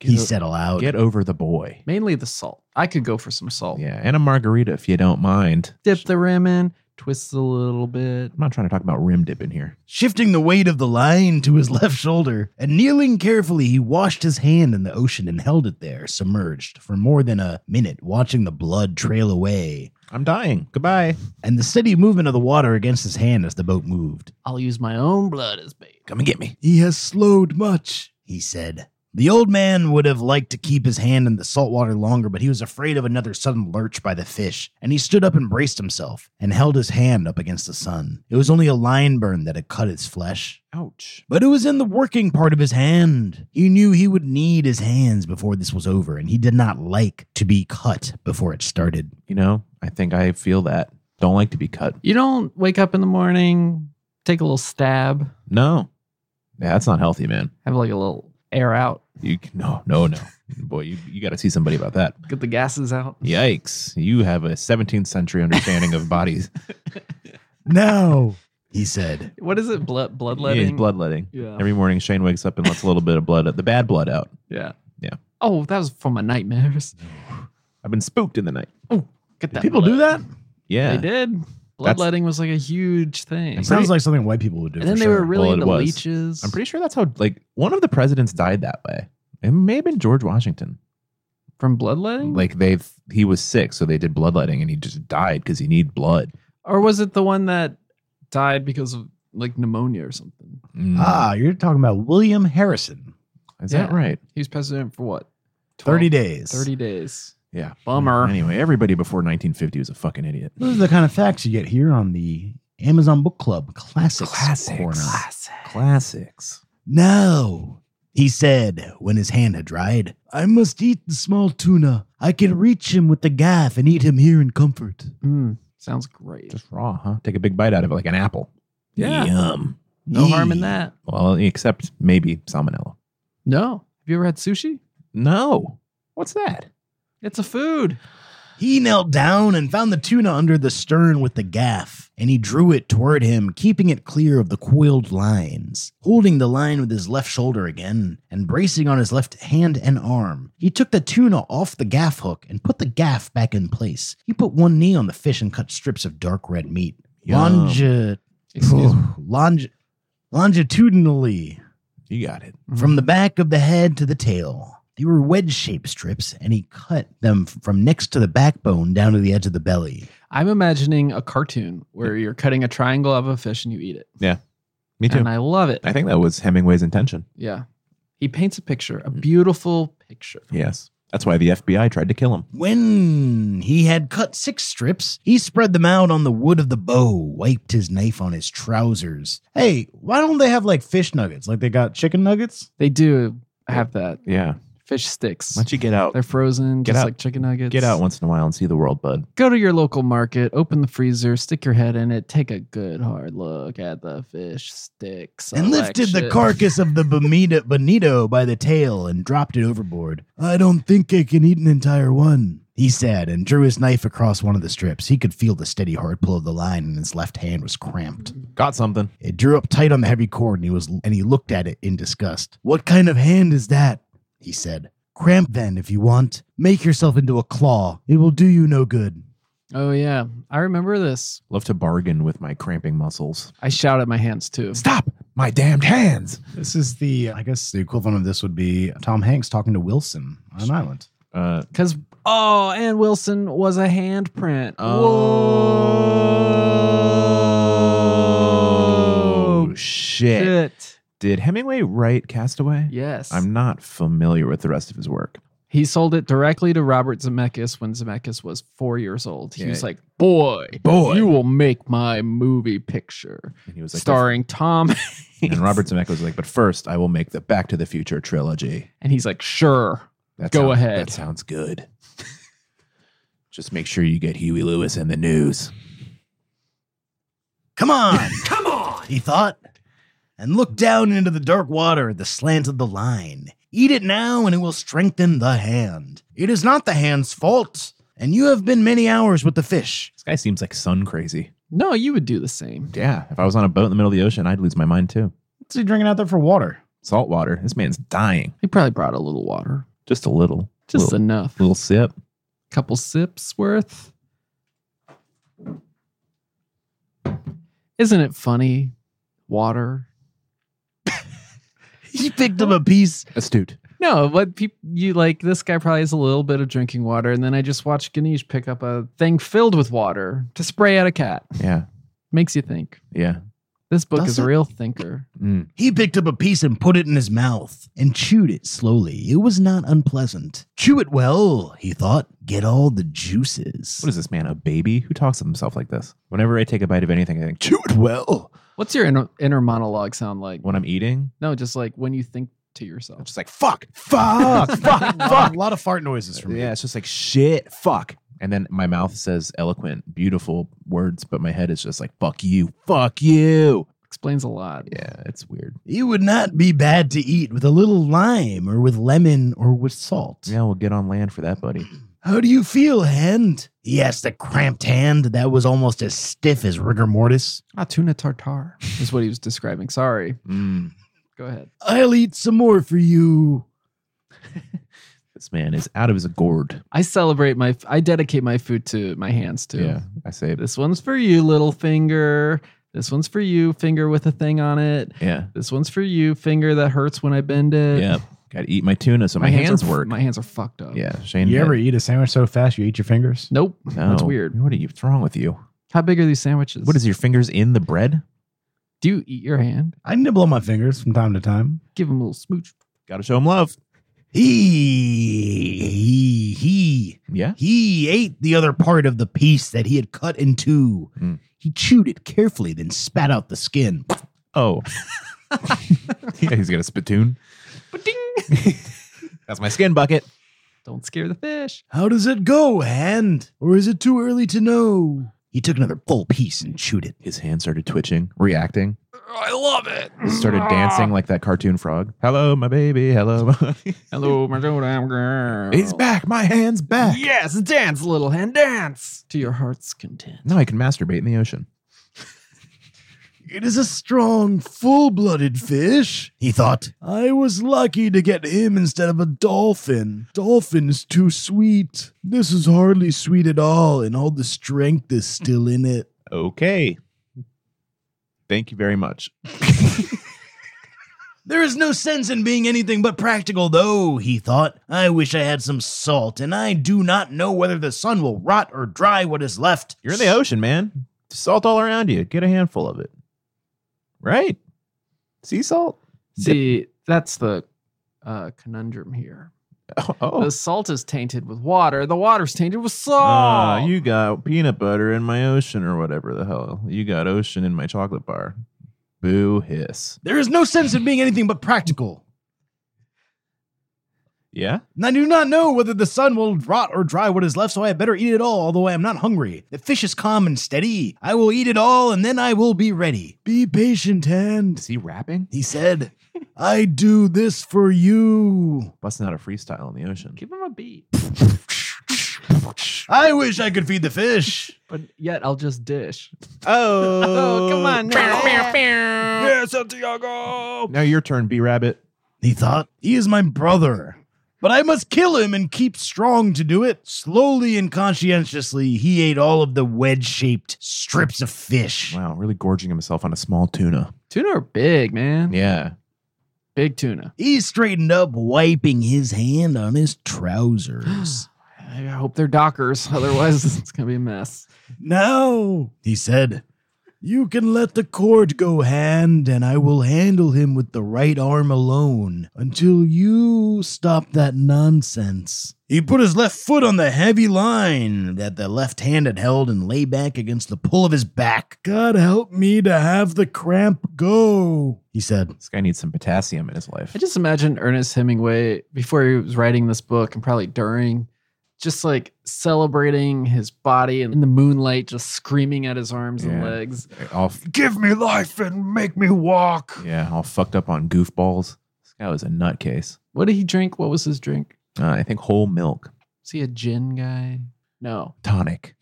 [SPEAKER 1] get,
[SPEAKER 3] He
[SPEAKER 1] o-
[SPEAKER 3] said aloud.
[SPEAKER 1] get over the boy.
[SPEAKER 2] Mainly the salt. I could go for some salt.
[SPEAKER 1] Yeah, and a margarita if you don't mind.
[SPEAKER 2] Dip the rim in, twist a little bit.
[SPEAKER 1] I'm not trying to talk about rim dipping here.
[SPEAKER 3] Shifting the weight of the line to his left shoulder and kneeling carefully, he washed his hand in the ocean and held it there, submerged, for more than a minute, watching the blood trail away
[SPEAKER 1] I'm dying. Goodbye.
[SPEAKER 3] and the steady movement of the water against his hand as the boat moved.
[SPEAKER 2] I'll use my own blood as bait.
[SPEAKER 1] Come and get me.
[SPEAKER 3] He has slowed much, he said. The old man would have liked to keep his hand in the salt water longer, but he was afraid of another sudden lurch by the fish, and he stood up and braced himself and held his hand up against the sun. It was only a line burn that had cut his flesh,
[SPEAKER 1] Ouch.
[SPEAKER 3] but it was in the working part of his hand. He knew he would need his hands before this was over, and he did not like to be cut before it started.
[SPEAKER 1] You know, I think I feel that. Don't like to be cut.
[SPEAKER 2] You don't wake up in the morning, take a little stab,
[SPEAKER 1] No. Yeah, that's not healthy, man.
[SPEAKER 2] have like a little air out,
[SPEAKER 1] You c- no, no, no. Boy, you, you got to see somebody about that.
[SPEAKER 2] get the gases out.
[SPEAKER 1] Yikes. You have a 17th century understanding of bodies.
[SPEAKER 3] No, he said.
[SPEAKER 2] What is it? Blood bloodletting?
[SPEAKER 1] Yeah, bloodletting.
[SPEAKER 2] Yeah.
[SPEAKER 1] Every morning, Shane wakes up and lets a little bit of blood, the bad blood out.
[SPEAKER 2] yeah.
[SPEAKER 1] Yeah.
[SPEAKER 2] Oh, that was from my nightmares.
[SPEAKER 1] I've been spooked in the night.
[SPEAKER 2] Get that
[SPEAKER 3] People do
[SPEAKER 2] blood.
[SPEAKER 3] that?
[SPEAKER 1] Yeah.
[SPEAKER 2] They did. Bloodletting was like a huge thing.
[SPEAKER 3] It sounds like something white people would do.
[SPEAKER 2] and then
[SPEAKER 3] for
[SPEAKER 2] they
[SPEAKER 3] sure.
[SPEAKER 2] were really
[SPEAKER 1] Well, it
[SPEAKER 2] into
[SPEAKER 1] was.
[SPEAKER 2] leeches.
[SPEAKER 1] I'm pretty sure that's how like one of the presidents died that way. It may have been George Washington.
[SPEAKER 2] from bloodletting,
[SPEAKER 1] Like they've he was sick, so they did bloodletting, and he just died because he needed blood.
[SPEAKER 2] or was it the one that died because of like pneumonia or something?
[SPEAKER 1] Mm.
[SPEAKER 3] ah, you're talking about William Harrison.
[SPEAKER 1] is that
[SPEAKER 2] yeah.
[SPEAKER 1] right?
[SPEAKER 2] He was president for what?
[SPEAKER 3] 30
[SPEAKER 2] 12?
[SPEAKER 3] days.
[SPEAKER 2] Oh, Thirty days.
[SPEAKER 1] Yeah.
[SPEAKER 2] Bummer.
[SPEAKER 1] Anyway, everybody before 1950 was a fucking idiot.
[SPEAKER 3] Those are the kind of facts you get here on the Amazon Book Club Classics, Corner.
[SPEAKER 1] Classics.
[SPEAKER 3] No, he said when his hand had dried. I must eat the small tuna. I can reach him with the gaff and eat him here in comfort.
[SPEAKER 2] Mm, sounds great.
[SPEAKER 1] Just raw, huh? Take a big bite out of it like an apple.
[SPEAKER 2] Yeah.
[SPEAKER 1] Yum.
[SPEAKER 2] No harm in
[SPEAKER 3] Yee.
[SPEAKER 2] that.
[SPEAKER 1] Well, except maybe salmonella.
[SPEAKER 2] No. Have you ever had sushi?
[SPEAKER 1] No. What's that?
[SPEAKER 2] It's a food.
[SPEAKER 3] He knelt down and found the tuna under the stern with the gaff, and he drew it toward him, keeping it clear of the coiled lines. Holding the line with his left shoulder again, and bracing on his left hand and arm, he took the tuna off the gaff hook and put the gaff back in place. He put one knee on the fish and cut strips of dark red meat.
[SPEAKER 1] Yum.
[SPEAKER 3] Longi-
[SPEAKER 2] Excuse me.
[SPEAKER 3] longi- longitudinally
[SPEAKER 1] You got it.
[SPEAKER 3] from the back of the head to the tail. They were wedge shaped strips, and he cut them f- from next to the backbone down to the edge of the belly.
[SPEAKER 2] I'm imagining a cartoon where you're cutting a triangle of a fish and you eat it.
[SPEAKER 1] Me too.
[SPEAKER 2] And
[SPEAKER 1] I,
[SPEAKER 2] I love it.
[SPEAKER 1] think that was Hemingway's intention.
[SPEAKER 2] Yeah. He paints a picture,
[SPEAKER 1] Mm.
[SPEAKER 2] a beautiful picture.
[SPEAKER 1] Yes. That's why the FBI tried to kill him.
[SPEAKER 3] When he had cut six strips, he spread them out on the wood of the bow, wiped his knife on his trousers. Hey, why don't they have like fish nuggets? Like they got chicken nuggets?
[SPEAKER 2] They do have that.
[SPEAKER 1] Yeah.
[SPEAKER 2] Fish sticks.
[SPEAKER 1] Why don't you get out?
[SPEAKER 2] They're frozen,
[SPEAKER 1] Get
[SPEAKER 2] just
[SPEAKER 1] out.
[SPEAKER 2] like chicken nuggets.
[SPEAKER 1] Get out once in a while and see the world, bud.
[SPEAKER 2] Go to your local market, open the freezer, stick your head in it, take a good hard look at the fish sticks.
[SPEAKER 3] And lifted
[SPEAKER 2] selection.
[SPEAKER 3] the carcass of the Bonito, bonito by the tail and dropped it overboard. I don't think I can eat an entire one, he said, and drew his knife across one of the strips. He could feel the steady hard pull of the line, and his left hand was cramped.
[SPEAKER 1] Got something.
[SPEAKER 3] It drew up tight on the heavy cord, and he was and he looked at it in disgust. What kind of hand is that? he said. Cramp then, if you want. Make yourself into a claw. It will do you no good.
[SPEAKER 2] Oh, yeah. I remember this.
[SPEAKER 1] Love to bargain with my cramping muscles.
[SPEAKER 2] I shout at my hands too.
[SPEAKER 1] Stop my damned hands.
[SPEAKER 3] This is the I guess the equivalent of this would be Tom Hanks talking to Wilson on an island.
[SPEAKER 1] Uh,
[SPEAKER 2] Because, oh, Ann Wilson was a handprint.
[SPEAKER 1] oh,
[SPEAKER 2] Whoa.
[SPEAKER 1] shit.
[SPEAKER 2] Shit.
[SPEAKER 1] Did Hemingway write Castaway?
[SPEAKER 2] Yes.
[SPEAKER 1] I'm not familiar with the rest of his work.
[SPEAKER 2] he sold it directly to Robert Zemeckis when Zemeckis was four years old. He
[SPEAKER 1] Yeah.
[SPEAKER 2] was like, boy,
[SPEAKER 1] Boy.
[SPEAKER 2] you will make my movie picture
[SPEAKER 1] And he was like,
[SPEAKER 2] starring Tom. Hanks."
[SPEAKER 1] And Robert Zemeckis was like, but first I will make the Back to the Future trilogy.
[SPEAKER 2] And he's like, sure.
[SPEAKER 1] That
[SPEAKER 2] Go
[SPEAKER 1] sound-
[SPEAKER 2] ahead.
[SPEAKER 1] That sounds good. Just make sure you get Huey Lewis in the news.
[SPEAKER 3] Come on! Come on! He thought, and looked down into the dark water at the slant of the line. Eat it now, and it will strengthen the hand. It is not the hand's fault, and you have been many hours with the fish.
[SPEAKER 1] This guy seems like sun crazy.
[SPEAKER 2] No, you would do the same.
[SPEAKER 1] Yeah, if I was on a boat in the middle of the ocean, I'd lose my mind too.
[SPEAKER 3] What's he drinking out there for water?
[SPEAKER 1] Salt water. This man's dying.
[SPEAKER 2] He probably brought a little water,
[SPEAKER 1] Just a little.
[SPEAKER 2] just
[SPEAKER 1] little,
[SPEAKER 2] enough.
[SPEAKER 1] little sip.
[SPEAKER 2] couple sips worth. Isn't it funny? Water.
[SPEAKER 3] He picked up a piece.
[SPEAKER 1] Astute.
[SPEAKER 2] No, but peop you like this guy probably has a little bit of drinking water, and then I just watched Ganesh pick up a thing filled with water to spray at a cat.
[SPEAKER 1] Yeah.
[SPEAKER 2] Makes you think.
[SPEAKER 1] Yeah.
[SPEAKER 2] This book
[SPEAKER 3] Does
[SPEAKER 2] is a
[SPEAKER 3] it?
[SPEAKER 2] real thinker.
[SPEAKER 1] Mm.
[SPEAKER 3] He picked up a piece and put it in his mouth and chewed it slowly. It was not unpleasant. Chew it well, he thought. Get all the juices.
[SPEAKER 1] What is this man, a baby? Who talks to himself like this? Whenever I take a bite of anything, I think, chew it well.
[SPEAKER 2] What's your inner, inner monologue sound like?
[SPEAKER 1] When I'm eating,
[SPEAKER 2] No, just like when you think to yourself.
[SPEAKER 1] I'm just like, fuck,
[SPEAKER 3] fuck,
[SPEAKER 1] fuck, fuck.
[SPEAKER 3] A lot of fart noises from
[SPEAKER 1] Yeah, it's just like shit, fuck. And then my mouth says eloquent, beautiful words, but my head is just like fuck you, fuck you.
[SPEAKER 2] Explains a lot.
[SPEAKER 1] Yeah, it's weird.
[SPEAKER 3] It would not be bad to eat with a little lime or with lemon or with salt.
[SPEAKER 1] Yeah, we'll get on land for that, buddy.
[SPEAKER 3] How do you feel, hand? He asked the cramped hand that was almost as stiff as rigor mortis.
[SPEAKER 2] Ah, tuna tartare is what he was describing. Sorry.
[SPEAKER 1] Mm.
[SPEAKER 2] Go ahead.
[SPEAKER 3] I'll eat some more for you.
[SPEAKER 1] This man is out of his gourd.
[SPEAKER 2] I celebrate my, I dedicate my food to my hands too.
[SPEAKER 1] Yeah, I say it.
[SPEAKER 2] This one's for you, little finger. This one's for you, finger with a thing on it.
[SPEAKER 1] Yeah,
[SPEAKER 2] This one's for you, finger that hurts when I bend it.
[SPEAKER 1] yeah. Got to eat my tuna so Uh, my, hands,
[SPEAKER 2] are, f-
[SPEAKER 1] work.
[SPEAKER 2] My hands are fucked up.
[SPEAKER 1] yeah, Shane.
[SPEAKER 6] You
[SPEAKER 1] had-
[SPEAKER 6] ever eat a sandwich so fast you eat your fingers?
[SPEAKER 2] Nope.
[SPEAKER 1] No.
[SPEAKER 2] That's weird.
[SPEAKER 1] What are you? What's wrong with you?
[SPEAKER 2] How big are these sandwiches?
[SPEAKER 1] What is your fingers in the bread?
[SPEAKER 2] Do you eat your hand?
[SPEAKER 6] I nibble on my fingers from time to time.
[SPEAKER 2] Give them a little smooch.
[SPEAKER 1] Got to show him love.
[SPEAKER 3] He he he
[SPEAKER 1] Yeah.
[SPEAKER 3] he ate the other part of the piece that he had cut in two.
[SPEAKER 1] Mm.
[SPEAKER 3] He chewed it carefully, then spat out the skin.
[SPEAKER 1] Oh. yeah, he's got a spittoon. That's my skin bucket.
[SPEAKER 2] Don't scare the fish.
[SPEAKER 3] How does it go, hand? Or is it too early to know? He took another full piece and chewed it.
[SPEAKER 1] His hand started twitching, reacting.
[SPEAKER 2] I love it.
[SPEAKER 1] Started dancing like that cartoon frog. Hello, my baby. Hello.
[SPEAKER 2] Hello, my damn girl.
[SPEAKER 1] he's back. My hand's back.
[SPEAKER 2] Yes, dance, little hand, dance to your heart's content.
[SPEAKER 1] Now I can masturbate in the ocean.
[SPEAKER 3] It is a strong, full blooded fish, he thought. I was lucky to get him instead of a dolphin. Dolphin is too sweet. This is hardly sweet at all, and all the strength is still in it.
[SPEAKER 1] Okay. Thank you very much.
[SPEAKER 3] There is no sense in being anything but practical, though, he thought. I wish I had some salt, and I do not know whether the sun will rot or dry what is left.
[SPEAKER 1] You're in the ocean, man. Salt all around you. Get a handful of it. Right? Sea salt?
[SPEAKER 2] See, that's the uh, conundrum here.
[SPEAKER 1] Oh. oh.
[SPEAKER 2] The salt is tainted with water. The water's tainted with salt.
[SPEAKER 1] Ah, you got peanut butter in my ocean or whatever the hell. You got ocean in my chocolate bar. Boo hiss.
[SPEAKER 3] There is no sense in being anything but practical.
[SPEAKER 1] Yeah?
[SPEAKER 3] And I do not know whether the sun will rot or dry what is left, so I had better eat it all, although I am not hungry. The fish is calm and steady. I will eat it all, and then I will be ready. Be patient, hand,
[SPEAKER 1] he rapping?
[SPEAKER 3] he said. I do this for you.
[SPEAKER 1] Busting out a freestyle in the ocean.
[SPEAKER 2] Give him a beat,
[SPEAKER 3] I wish I could feed the fish.
[SPEAKER 2] but yet I'll just dish.
[SPEAKER 1] Oh,
[SPEAKER 2] Oh, come on now.
[SPEAKER 1] Now your turn, B Rabbit.
[SPEAKER 3] He thought, he is my brother. But I must kill him and keep strong to do it. Slowly and conscientiously, he ate all of the wedge shaped strips of fish.
[SPEAKER 1] Wow, really gorging himself on a small tuna.
[SPEAKER 2] Tuna are big, man.
[SPEAKER 1] Yeah.
[SPEAKER 2] Big tuna.
[SPEAKER 3] He straightened up, wiping his hand on his trousers.
[SPEAKER 2] I hope they're dockers. Otherwise, it's going to be a mess.
[SPEAKER 3] now, he said, you can let the cord go hand, and I will handle him with the right arm alone until you stop that nonsense. He put his left foot on the heavy line that the left hand had held and lay back against the pull of his back. God help me to have the cramp go, he said.
[SPEAKER 1] This guy needs some potassium in his life.
[SPEAKER 2] I just imagine Ernest Hemingway before he was writing this book and probably during, just like celebrating his body and in the moonlight, just screaming at his arms and
[SPEAKER 1] Yeah.
[SPEAKER 2] legs.
[SPEAKER 1] all
[SPEAKER 6] Give me life and make me walk.
[SPEAKER 1] yeah, all fucked up on goofballs. This guy was a nutcase.
[SPEAKER 2] What did he drink? What was his drink?
[SPEAKER 1] Uh, I think whole milk,
[SPEAKER 2] Is he a gin guy? No,
[SPEAKER 1] tonic,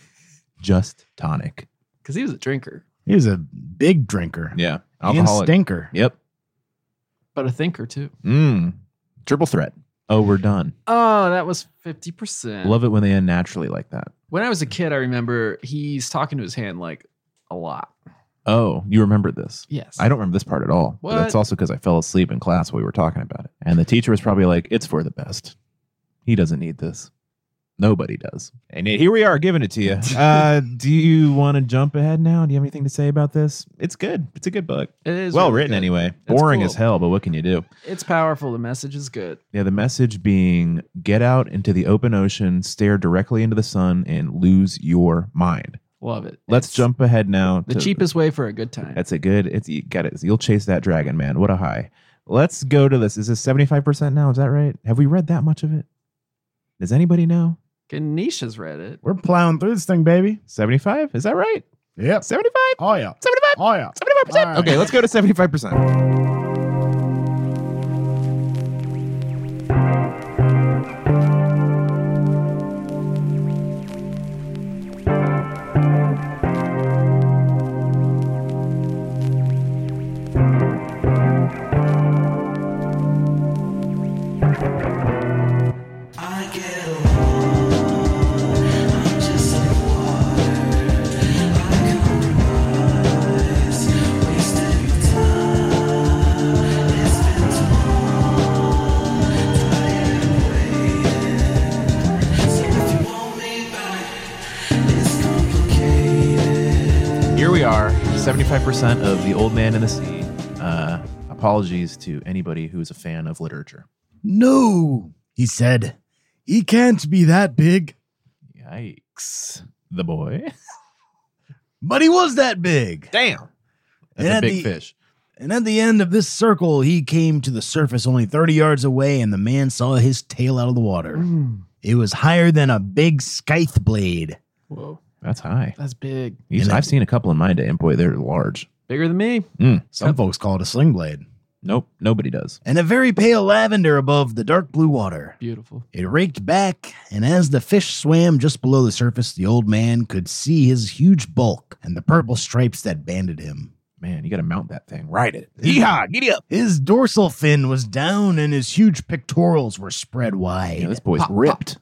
[SPEAKER 1] just tonic.
[SPEAKER 2] because he was a drinker,
[SPEAKER 3] He was a big drinker
[SPEAKER 1] Yeah,
[SPEAKER 3] and
[SPEAKER 1] alcoholic.
[SPEAKER 3] stinker.
[SPEAKER 1] Yep.
[SPEAKER 2] but a thinker too.
[SPEAKER 1] Mm. Triple threat. Oh, we're done.
[SPEAKER 2] Oh, that was 50%.
[SPEAKER 1] Love it when they end naturally like that.
[SPEAKER 2] When I was a kid, I remember he's talking to his hand like a lot.
[SPEAKER 1] Oh, you remember this?
[SPEAKER 2] Yes.
[SPEAKER 1] I don't remember this part at all. But that's
[SPEAKER 2] What?
[SPEAKER 1] also because I fell asleep in class while we were talking about it. And the teacher was probably like, it's for the best. He doesn't need this. Nobody does. And yet here we are giving it to you. Uh, do you want to jump ahead now? Do you have anything to say about this? It's good. It's a good book.
[SPEAKER 2] It is
[SPEAKER 1] well
[SPEAKER 2] really
[SPEAKER 1] written,
[SPEAKER 2] good.
[SPEAKER 1] anyway.
[SPEAKER 2] It's
[SPEAKER 1] Boring
[SPEAKER 2] cool.
[SPEAKER 1] as hell, but what can you do?
[SPEAKER 2] It's powerful. The message is good.
[SPEAKER 1] Yeah, the message being get out into the open ocean, stare directly into the sun, and lose your mind.
[SPEAKER 2] Love it.
[SPEAKER 1] Let's
[SPEAKER 2] It's
[SPEAKER 1] jump ahead now.
[SPEAKER 2] The
[SPEAKER 1] to-
[SPEAKER 2] cheapest way for a good time.
[SPEAKER 1] That's a good. It's you got it. You'll chase that dragon, man. What a high. Let's go to this. Is this seventy five percent now? Is that right? Have we read that much of it? Does anybody know?
[SPEAKER 2] Ganesha's read it.
[SPEAKER 6] We're plowing through this thing, baby.
[SPEAKER 1] Seventy five. Is that right?
[SPEAKER 6] Yep.
[SPEAKER 1] Seventy five.
[SPEAKER 6] Oh yeah.
[SPEAKER 1] Seventy five.
[SPEAKER 6] Oh yeah.
[SPEAKER 1] Seventy five
[SPEAKER 6] All
[SPEAKER 1] percent.
[SPEAKER 6] right.
[SPEAKER 1] Okay, let's go to seventy five percent. 75% of The Old Man and the Sea. Uh, apologies to anybody who's a fan of literature.
[SPEAKER 3] No, he said. He can't be that big.
[SPEAKER 1] Yikes. The boy.
[SPEAKER 3] But he was that big.
[SPEAKER 1] Damn. That's
[SPEAKER 3] And
[SPEAKER 1] a
[SPEAKER 3] at
[SPEAKER 1] big
[SPEAKER 3] the-
[SPEAKER 1] fish.
[SPEAKER 3] And at the end of this circle, he came to the surface only 30 yards away, and the man saw his tail out of the water.
[SPEAKER 2] Mm.
[SPEAKER 3] It was higher than a big scythe blade.
[SPEAKER 2] Whoa,
[SPEAKER 1] That's high.
[SPEAKER 2] that's big.
[SPEAKER 1] These-
[SPEAKER 3] And
[SPEAKER 1] I've seen a couple in my day, and boy, they're large.
[SPEAKER 2] Bigger than me.
[SPEAKER 1] Mm.
[SPEAKER 3] Some folks call it a sling blade.
[SPEAKER 1] Nope, nobody does.
[SPEAKER 3] And a very pale lavender above the dark blue water.
[SPEAKER 2] Beautiful.
[SPEAKER 3] It raked back, and as the fish swam just below the surface, the old man could see his huge bulk and the purple stripes that banded him.
[SPEAKER 1] Man, you got to mount that thing. Ride it.
[SPEAKER 3] Yeehaw, giddy up! His dorsal fin was down, and his huge pectorals were spread wide.
[SPEAKER 1] Yeah, this boy's ripped.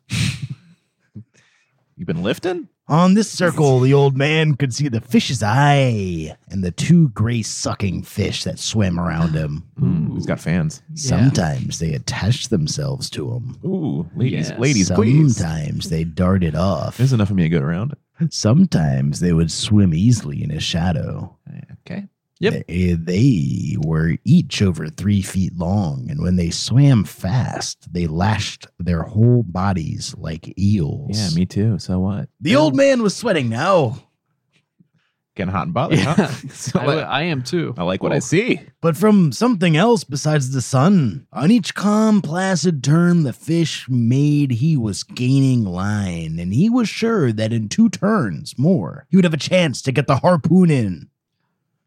[SPEAKER 1] you been lifting?
[SPEAKER 3] On this circle, the old man could see the fish's eye and the two gray sucking fish that swam around him.
[SPEAKER 1] Mm, he's
[SPEAKER 2] Ooh.
[SPEAKER 1] got fans.
[SPEAKER 3] Sometimes they attached themselves to him.
[SPEAKER 1] Ooh, ladies,
[SPEAKER 2] Yes.
[SPEAKER 1] ladies, please.
[SPEAKER 3] Sometimes they darted off.
[SPEAKER 1] There's enough of me to go around.
[SPEAKER 3] Sometimes they would swim easily in his shadow.
[SPEAKER 1] Okay.
[SPEAKER 2] Yep.
[SPEAKER 3] They, they were each over three feet long, and when they swam fast, they lashed their whole bodies like eels.
[SPEAKER 1] Yeah, me too. So what?
[SPEAKER 3] the old man was sweating now,
[SPEAKER 1] Getting hot and bothered,
[SPEAKER 2] Yeah.
[SPEAKER 1] huh?
[SPEAKER 2] I,
[SPEAKER 1] So
[SPEAKER 2] w-
[SPEAKER 1] what-
[SPEAKER 2] I am too.
[SPEAKER 1] I like what I
[SPEAKER 2] Whoa.
[SPEAKER 1] see.
[SPEAKER 3] but from something else besides the sun. On each calm, placid turn the fish made, he was gaining line, and he was sure that in two turns more, he would have a chance to get the harpoon in.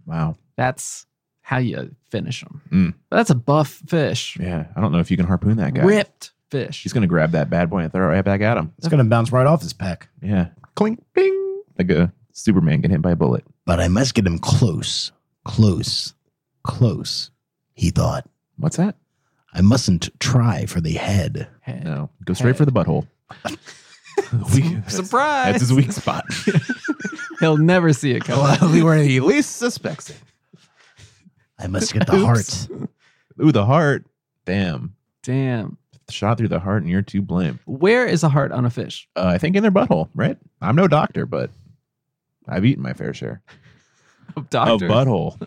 [SPEAKER 1] Wow.
[SPEAKER 2] That's how you finish them.
[SPEAKER 1] Mm.
[SPEAKER 2] But that's a buff fish.
[SPEAKER 1] Yeah. I don't know if you can harpoon that guy.
[SPEAKER 2] Ripped fish.
[SPEAKER 1] She's going to grab that bad boy and throw it right back at him.
[SPEAKER 6] It's going to bounce right off his pack.
[SPEAKER 1] Yeah. Clink, bing. Like a Superman getting hit by a bullet.
[SPEAKER 3] But I must get him close, close, close, he thought.
[SPEAKER 1] What's that?
[SPEAKER 3] I mustn't try for the head.
[SPEAKER 2] Head.
[SPEAKER 1] No. Go straight for the butthole. We-
[SPEAKER 2] Surprise.
[SPEAKER 1] That's his weak spot.
[SPEAKER 2] He'll never see it coming.
[SPEAKER 1] where he least suspects it.
[SPEAKER 3] I must get the heart.
[SPEAKER 1] Ooh, the heart. Damn.
[SPEAKER 2] Damn.
[SPEAKER 1] Shot through the heart, and you're to blame.
[SPEAKER 2] Where is a heart on a fish?
[SPEAKER 1] Uh, I think in their butthole, right? I'm no doctor, but I've eaten my fair share
[SPEAKER 2] Of
[SPEAKER 1] of
[SPEAKER 2] doctors.
[SPEAKER 1] Oh, butthole.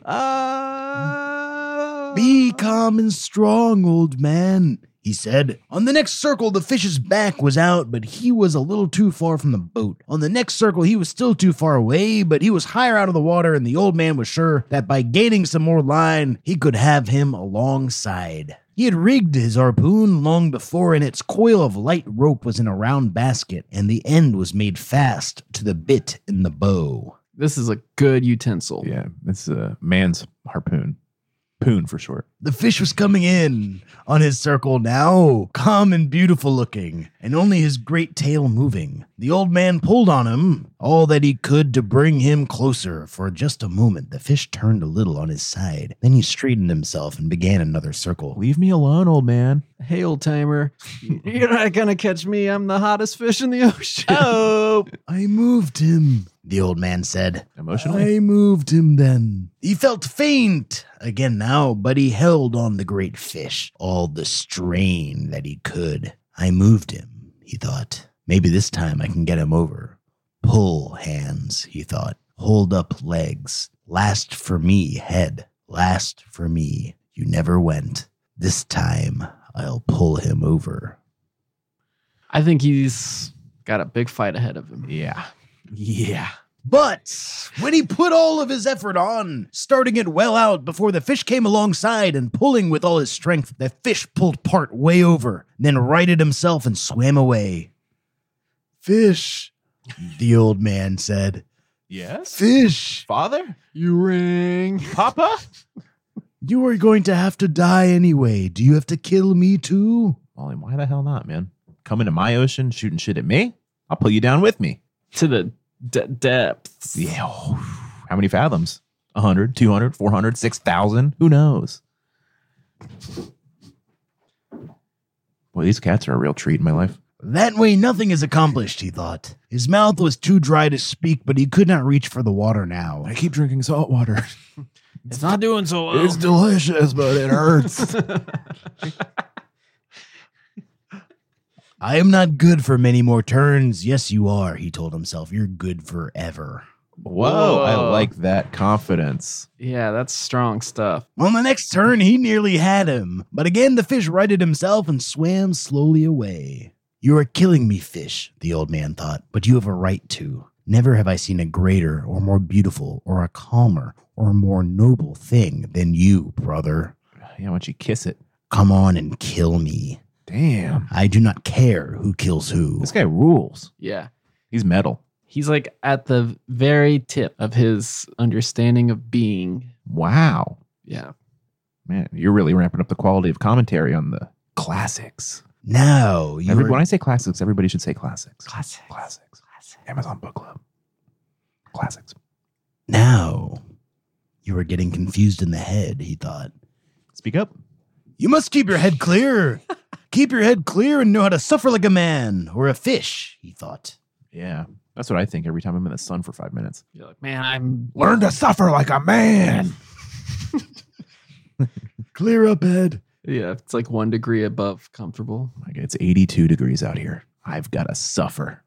[SPEAKER 2] Uh,
[SPEAKER 3] Be calm and strong, old man, he said. On the next circle, the fish's back was out, but he was a little too far from the boat. On the next circle, he was still too far away, but he was higher out of the water, and the old man was sure that by gaining some more line, he could have him alongside. He had rigged his harpoon long before, and its coil of light rope was in a round basket, and the end was made fast to the bit in the bow.
[SPEAKER 2] This is a good utensil.
[SPEAKER 1] Yeah, it's a man's harpoon. Poon for short.
[SPEAKER 3] The fish was coming in on his circle now, calm and beautiful looking, and only his great tail moving. The old man pulled on him all that he could to bring him closer. For just a moment, the fish turned a little on his side. Then he straightened himself and began another circle.
[SPEAKER 1] Leave me alone, old man.
[SPEAKER 2] Hey, old timer. You're not going to catch me. I'm the hottest fish in the ocean.
[SPEAKER 4] Oh.
[SPEAKER 3] I moved him, the old man said.
[SPEAKER 1] Emotionally?
[SPEAKER 3] I moved him then. He felt faint again now, but he held on the great fish, all the strain that he could. I moved him, he thought. Maybe this time I can get him over. Pull hands, he thought. Hold up legs. Last for me, head. Last for me. You never went. This time I'll pull him over.
[SPEAKER 2] I think he's got a big fight ahead of him.
[SPEAKER 1] yeah. Yeah.
[SPEAKER 3] But when he put all of his effort on, starting it well out before the fish came alongside and pulling with all his strength, the fish pulled part way over, then righted himself and swam away. Fish, the old man said.
[SPEAKER 1] Yes?
[SPEAKER 3] Fish,
[SPEAKER 1] Father?
[SPEAKER 2] You ring.
[SPEAKER 1] Papa?
[SPEAKER 3] you are going to have to die anyway. Do you have to kill me too?
[SPEAKER 1] Ollie, why the hell not, man? Come into my ocean, shooting shit at me? I'll pull you down with me.
[SPEAKER 2] To the de- depths.
[SPEAKER 1] Yeah. How many fathoms? 100, 200, 400, 6,000? Who knows? Boy, these cats are a real treat in my life.
[SPEAKER 3] That way, nothing is accomplished, he thought. His mouth was too dry to speak, but he could not reach for the water now.
[SPEAKER 1] keep drinking salt water.
[SPEAKER 2] It's not doing so well.
[SPEAKER 1] delicious, but it hurts.
[SPEAKER 3] I am not good for many more turns. Yes, you are, he told himself. You're good forever.
[SPEAKER 1] Whoa, I
[SPEAKER 2] Whoa.
[SPEAKER 1] like that confidence.
[SPEAKER 2] Yeah, that's strong stuff.
[SPEAKER 3] On the next turn, he nearly had him, but again the fish righted himself and swam slowly away. You are killing me, fish, the old man thought, but you have a right to. Never have I seen a greater or more beautiful or a calmer or more noble thing than you, brother.
[SPEAKER 1] Yeah, why don't you kiss it?
[SPEAKER 3] Come on and kill me.
[SPEAKER 1] Damn.
[SPEAKER 3] I do not care who kills who.
[SPEAKER 1] This guy rules.
[SPEAKER 2] Yeah.
[SPEAKER 1] He's metal.
[SPEAKER 2] He's like at the very tip of his understanding of being.
[SPEAKER 1] Wow.
[SPEAKER 2] Yeah.
[SPEAKER 1] Man, you're really ramping up the quality of commentary on the classics.
[SPEAKER 3] Now you
[SPEAKER 1] Every,
[SPEAKER 3] are
[SPEAKER 1] when I say classics, everybody should say classics. Classics. Classics. Amazon Book Club. Classics.
[SPEAKER 3] now you are getting confused in the head, he thought.
[SPEAKER 1] Speak up.
[SPEAKER 3] You must keep your head clear. keep your head clear and know how to suffer like a man or a fish, he thought.
[SPEAKER 1] Yeah. That's what I think every time I'm in the sun for five minutes.
[SPEAKER 2] You're like, man, I'm
[SPEAKER 6] Learn to suffer like a man.
[SPEAKER 3] Clear up, Ed.
[SPEAKER 2] yeah, it's like one degree above comfortable.
[SPEAKER 1] Like it's 82 degrees out here. I've got to suffer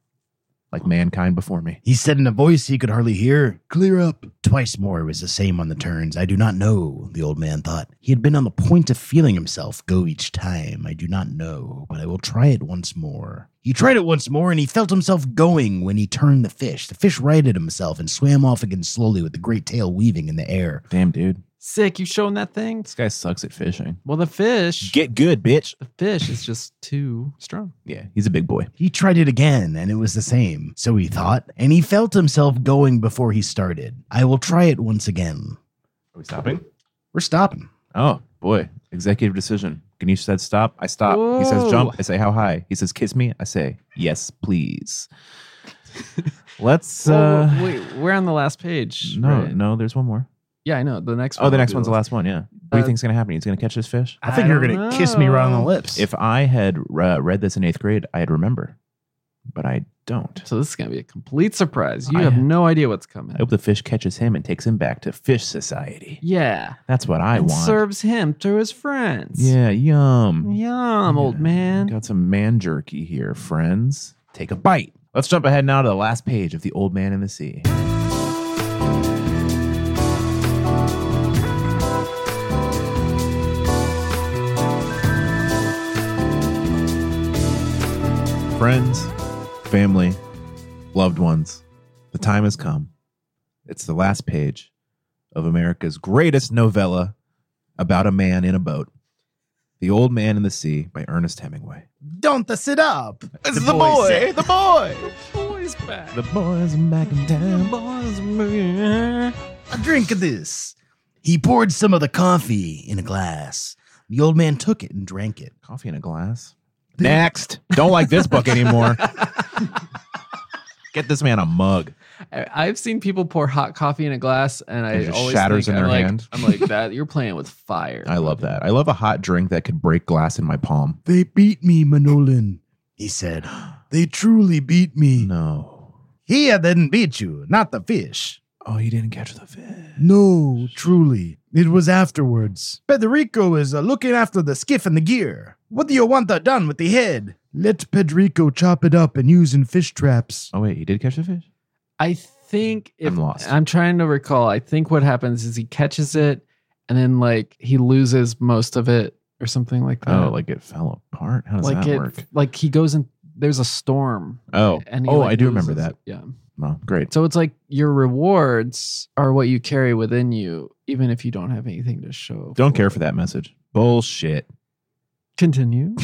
[SPEAKER 1] like mankind before me.
[SPEAKER 3] He said in a voice he could hardly hear, Clear up. Twice more was the same on the turns. I do not know, the old man thought. He had been on the point of feeling himself go each time. I do not know, but I will try it once more. He tried it once more and he felt himself going when he turned the fish. The fish righted himself and swam off again slowly with the great tail weaving in the air.
[SPEAKER 1] Damn, dude.
[SPEAKER 2] Sick, you showing that thing?
[SPEAKER 1] This guy sucks at fishing.
[SPEAKER 2] Well, the fish,
[SPEAKER 1] Get good, bitch.
[SPEAKER 2] the fish is just too strong.
[SPEAKER 1] Yeah, he's a big boy.
[SPEAKER 3] He tried it again, and it was the same, so he thought, and he felt himself going before he started. I will try it once again.
[SPEAKER 1] Are we stopping?
[SPEAKER 3] We're stopping.
[SPEAKER 1] Oh, boy. Executive decision. Ganesh said stop. I stop. He says
[SPEAKER 2] Whoa.
[SPEAKER 1] jump. I say how high. He says kiss me. I say yes, please. Let's.
[SPEAKER 2] So
[SPEAKER 1] uh
[SPEAKER 2] wait, we're on the last page.
[SPEAKER 1] No,
[SPEAKER 2] right?
[SPEAKER 1] no, there's one more.
[SPEAKER 2] Yeah, I know. The next one.
[SPEAKER 1] Oh, the
[SPEAKER 2] will
[SPEAKER 1] next
[SPEAKER 2] be
[SPEAKER 1] one's the last one. Yeah. What do you
[SPEAKER 2] Uh,
[SPEAKER 1] think's going to happen? He's going to catch this fish?
[SPEAKER 6] I think you're
[SPEAKER 2] don't
[SPEAKER 6] gonna kiss me right on the
[SPEAKER 2] know.
[SPEAKER 6] lips.
[SPEAKER 1] If I had uh, read this in eighth grade, I'd remember, but I don't.
[SPEAKER 2] So this is gonna be a complete surprise. You
[SPEAKER 1] I-
[SPEAKER 2] have no idea what's coming.
[SPEAKER 1] I hope the fish catches him and takes him back to Fish Society.
[SPEAKER 2] yeah,
[SPEAKER 1] That's what I
[SPEAKER 2] and
[SPEAKER 1] want.
[SPEAKER 2] serves him to his friends.
[SPEAKER 1] yeah, yum.
[SPEAKER 2] yum, old
[SPEAKER 1] Yeah.
[SPEAKER 2] man.
[SPEAKER 1] Got some man jerky here, friends. Take a bite. Let's jump ahead now to the last page of The Old Man and the Sea. Friends, family, loved ones, the time has come. It's the last page of America's greatest novella about a man in a boat. The Old Man and the Sea by Ernest Hemingway.
[SPEAKER 3] Don't sit up. It's
[SPEAKER 1] the boy boy, said.
[SPEAKER 3] The boy.
[SPEAKER 2] Boys back.
[SPEAKER 1] The boys are back in town.
[SPEAKER 2] boys back.
[SPEAKER 3] A drink of this. He poured some of the coffee in a glass. The old man took it and drank it.
[SPEAKER 1] Coffee in a glass. Next. Don't like this book anymore. Get this man a mug.
[SPEAKER 2] I- I've seen people pour hot coffee in a glass, and I
[SPEAKER 1] It just
[SPEAKER 2] always
[SPEAKER 1] shatters in
[SPEAKER 2] think,
[SPEAKER 1] their
[SPEAKER 2] I'm like,
[SPEAKER 1] hand.
[SPEAKER 2] I'm like that. You're playing with fire.
[SPEAKER 1] I love that. I love a hot drink that could break glass in my palm.
[SPEAKER 3] They beat me, Manolin, he said. They truly beat me.
[SPEAKER 1] No.
[SPEAKER 3] He didn't beat you, not the fish.
[SPEAKER 1] Oh, you didn't catch the fish.
[SPEAKER 3] No, truly. It was afterwards. Pedrico is uh, looking after the skiff and the gear. What do you want that done with the head? Let Pedrico chop it up and use in fish traps.
[SPEAKER 1] Oh, wait. You did catch the fish?
[SPEAKER 2] I think if,
[SPEAKER 1] I'm lost.
[SPEAKER 2] I'm trying to recall. I think what happens is he catches it, and then like he loses most of it or something like that.
[SPEAKER 1] Oh, like it fell apart. How does
[SPEAKER 2] like
[SPEAKER 1] that
[SPEAKER 2] it,
[SPEAKER 1] work?
[SPEAKER 2] like he goes and there's a storm.
[SPEAKER 1] Oh.
[SPEAKER 2] And he,
[SPEAKER 1] oh,
[SPEAKER 2] like,
[SPEAKER 1] I do remember
[SPEAKER 2] loses-
[SPEAKER 1] that.
[SPEAKER 2] Yeah.
[SPEAKER 1] Well, great.
[SPEAKER 2] So it's like your rewards are what you carry within you, even if you don't have anything to show.
[SPEAKER 1] Don't
[SPEAKER 2] for
[SPEAKER 1] care
[SPEAKER 2] it.
[SPEAKER 1] for that message. Bullshit.
[SPEAKER 2] Continue.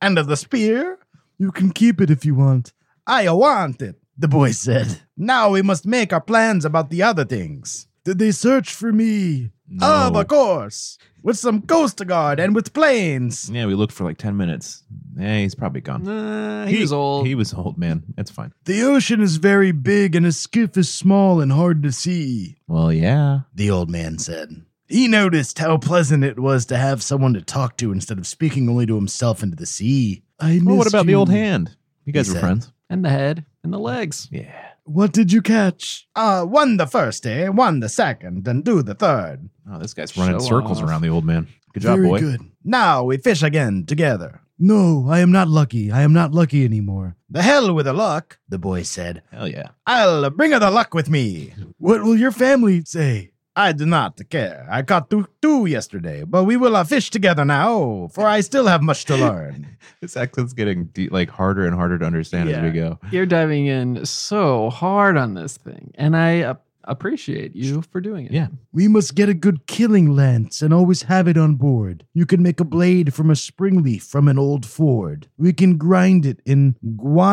[SPEAKER 3] And of the spear? You can keep it if you want. I want it, the boy said. Now we must make our plans about the other things. Did they search for me?
[SPEAKER 1] No.
[SPEAKER 2] Oh,
[SPEAKER 3] Of a course. With some coast guard and with planes.
[SPEAKER 1] Yeah, we looked for like 10 minutes. Yeah, he's probably gone.
[SPEAKER 2] Nah, he, was old.
[SPEAKER 1] He was old, man. That's fine.
[SPEAKER 3] The ocean is very big and a skiff is small and hard to see.
[SPEAKER 1] Well, yeah.
[SPEAKER 3] the old man said. He noticed how pleasant it was to have someone to talk to instead of speaking only to himself into the sea. I
[SPEAKER 1] Well, what
[SPEAKER 3] missed
[SPEAKER 1] about the
[SPEAKER 3] you.
[SPEAKER 1] old hand? You guys
[SPEAKER 3] He
[SPEAKER 1] were
[SPEAKER 3] said.
[SPEAKER 1] friends.
[SPEAKER 2] and the head and the legs.
[SPEAKER 1] Yeah.
[SPEAKER 3] What did you catch? Uh, one the first day, one the second, and two the third.
[SPEAKER 1] Oh, this guy's running
[SPEAKER 2] Show
[SPEAKER 1] circles
[SPEAKER 2] off.
[SPEAKER 1] around the old man. Good job,
[SPEAKER 3] Very
[SPEAKER 1] boy.
[SPEAKER 3] good. Now we fish again together. No, I am not lucky. I am not lucky anymore. The hell with the luck, the boy said.
[SPEAKER 1] Hell yeah.
[SPEAKER 3] I'll bring the luck with me. What will your family say? I do not care. I caught two, two yesterday, but we will uh, fish together now, for I still have much to learn.
[SPEAKER 1] This accent's getting de- like harder and harder to understand as we go.
[SPEAKER 2] You're diving in so hard on this thing, and I uh, appreciate you for doing it.
[SPEAKER 1] Yeah.
[SPEAKER 3] we must get a good killing lance and always have it on board. You can make a blade from a spring leaf from an old ford. We can grind it in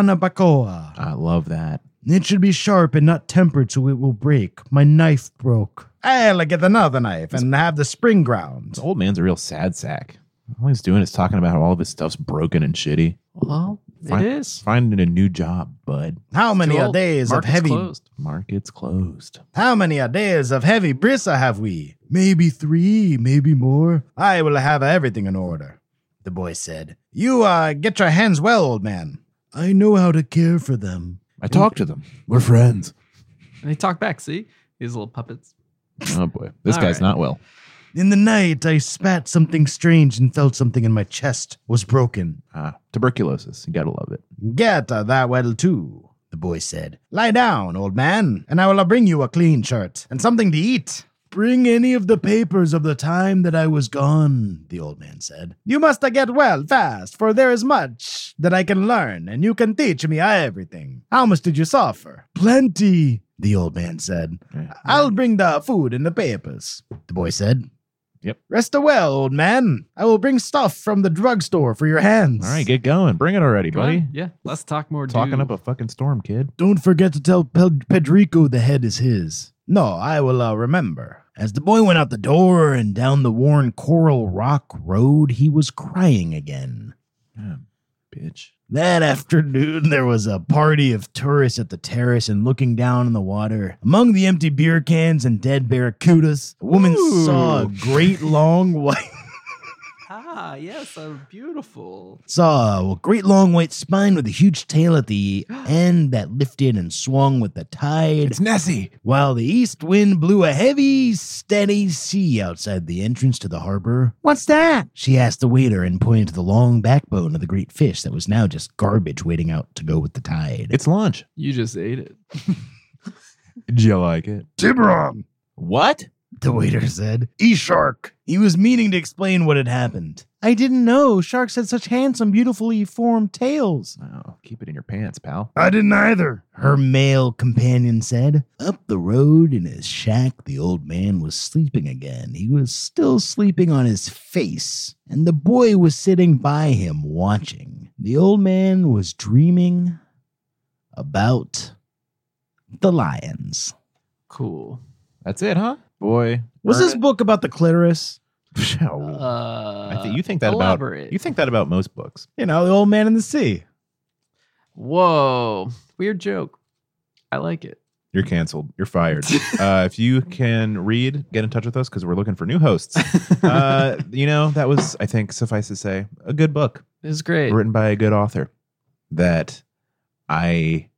[SPEAKER 3] guanabacoa.
[SPEAKER 1] I love that.
[SPEAKER 3] It should be sharp and not tempered so it will break. My knife broke. I'll get Eh, another knife and have the spring ground.
[SPEAKER 1] This old man's a real sad sack. All he's doing is talking about how all of his stuff's broken and shitty.
[SPEAKER 2] Well,
[SPEAKER 1] Fine.
[SPEAKER 2] it is.
[SPEAKER 1] Finding a new job, bud.
[SPEAKER 3] How many
[SPEAKER 2] Too
[SPEAKER 3] a
[SPEAKER 2] old.
[SPEAKER 3] days of
[SPEAKER 2] Market's
[SPEAKER 3] heavy
[SPEAKER 2] closed.
[SPEAKER 1] Market's closed.
[SPEAKER 3] How many a days of heavy brisa have we? Maybe three, maybe more. I will have everything in order, the boy said. You uh get your hands well, old man. I know how to care for them.
[SPEAKER 1] I talked to them. We're friends.
[SPEAKER 2] And they talk back. See these little puppets.
[SPEAKER 1] Oh boy. This
[SPEAKER 2] All
[SPEAKER 1] guy's
[SPEAKER 2] right.
[SPEAKER 1] not well.
[SPEAKER 3] In the night I spat something strange and felt something in my chest was broken.
[SPEAKER 1] Ah, tuberculosis. You gotta love it.
[SPEAKER 3] Get uh, that well too, the boy said. Lie down, old man, and I will bring you a clean shirt and something to eat. Bring any of the papers of the time that I was gone, the old man said. You must uh, get well fast, for there is much that I can learn, and you can teach me everything. How much did you suffer? Plenty, the old man said.
[SPEAKER 1] Yeah.
[SPEAKER 3] I'll bring the food and the papers, the boy said.
[SPEAKER 1] Yep.
[SPEAKER 3] Rest a well, old man. I will bring stuff from the drugstore for your hands.
[SPEAKER 1] All right, get going. Bring it already,
[SPEAKER 2] Come
[SPEAKER 1] buddy.
[SPEAKER 2] on. Yeah. Let's talk more.
[SPEAKER 1] Talking
[SPEAKER 2] do.
[SPEAKER 1] up a fucking storm, kid.
[SPEAKER 3] Don't forget to tell Pel- Pedrico the head is his. No, I will uh, remember. As the boy went out the door and down the worn coral rock road, he was crying again.
[SPEAKER 1] Yeah, bitch.
[SPEAKER 3] That afternoon, there was a party of tourists at the terrace and looking down on the water. Among the empty beer cans and dead barracudas, a woman
[SPEAKER 2] Ooh.
[SPEAKER 3] saw a great long white
[SPEAKER 2] Ah, yes, a beautiful.
[SPEAKER 3] saw a great long white spine with a huge tail at the end that lifted and swung with the tide.
[SPEAKER 6] It's Nessie.
[SPEAKER 3] While the east wind blew a heavy, steady sea outside the entrance to the harbor. What's that? She asked the waiter and pointed to the long backbone of the great fish that was now just garbage waiting out to go with the tide.
[SPEAKER 1] It's lunch.
[SPEAKER 2] You just ate it.
[SPEAKER 1] Do you like it?
[SPEAKER 3] Tiburon,
[SPEAKER 1] What?
[SPEAKER 3] the waiter said. E shark. He was meaning to explain what had happened. I didn't know sharks had such handsome, beautifully formed tails.
[SPEAKER 1] Oh, keep it in your pants, pal.
[SPEAKER 3] I didn't either, her male companion said. Up the road in his shack, the old man was sleeping again. He was still sleeping on his face, and the boy was sitting by him watching. The old man was dreaming about the lions.
[SPEAKER 2] Cool.
[SPEAKER 1] That's it, huh? Boy.
[SPEAKER 3] Was
[SPEAKER 1] earn
[SPEAKER 3] this
[SPEAKER 1] it.
[SPEAKER 3] book about the clitoris?
[SPEAKER 2] Uh,
[SPEAKER 1] I think you think that
[SPEAKER 2] elaborate.
[SPEAKER 1] about you think that about most books.
[SPEAKER 3] You know, the old man in the sea.
[SPEAKER 2] Whoa, weird joke. I like it.
[SPEAKER 1] You're canceled. You're fired. uh, if you can read, get in touch with us because we're looking for new hosts. Uh, you know, that was I think suffice to say a good book
[SPEAKER 2] It was great.
[SPEAKER 1] written by a good author that I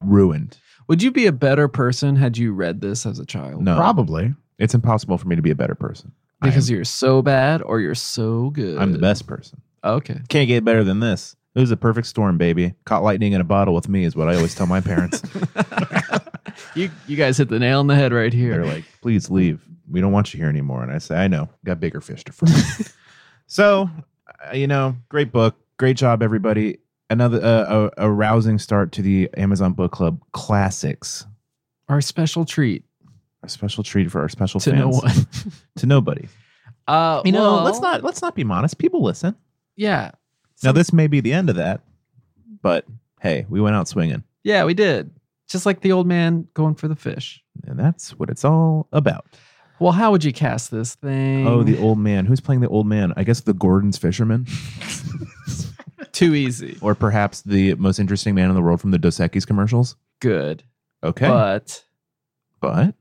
[SPEAKER 1] ruined.
[SPEAKER 2] Would you be a better person had you read this as a child?
[SPEAKER 1] No,
[SPEAKER 3] Probably.
[SPEAKER 1] it's impossible for me to be a better person
[SPEAKER 2] because you're so bad or you're so good.
[SPEAKER 1] I'm the best person.
[SPEAKER 2] Okay.
[SPEAKER 1] Can't get better than this. It was a perfect storm, baby. Caught lightning in a bottle with me is what I always tell my parents.
[SPEAKER 2] you you guys hit the nail on the head right
[SPEAKER 1] They're
[SPEAKER 2] here.
[SPEAKER 1] like, please leave. We don't want you here anymore. And I say, I know. Got bigger fish to fry. so, uh, you know, great book. Great job, everybody. Another uh, a, a rousing start to the Amazon Book Club classics.
[SPEAKER 2] Our special treat
[SPEAKER 1] A special treat for our special
[SPEAKER 2] to
[SPEAKER 1] Oh, fans.
[SPEAKER 2] no one.
[SPEAKER 1] To nobody.
[SPEAKER 2] Uh,
[SPEAKER 1] You know,
[SPEAKER 2] well,
[SPEAKER 1] let's not let's not be modest. People listen.
[SPEAKER 2] Yeah.
[SPEAKER 1] now, this may be the end of that, but hey, we went out swinging,
[SPEAKER 2] Yeah, we did. Just like the old man going for the fish.
[SPEAKER 1] and that's what it's all about.
[SPEAKER 2] Well, how would you cast this thing?
[SPEAKER 1] Oh, the old man. Who's playing the old man? I guess the Gordon's fisherman.
[SPEAKER 2] too easy.
[SPEAKER 1] or perhaps the most interesting man in the world from the Dos Equis commercials.
[SPEAKER 2] Good,
[SPEAKER 1] Okay, but,
[SPEAKER 2] but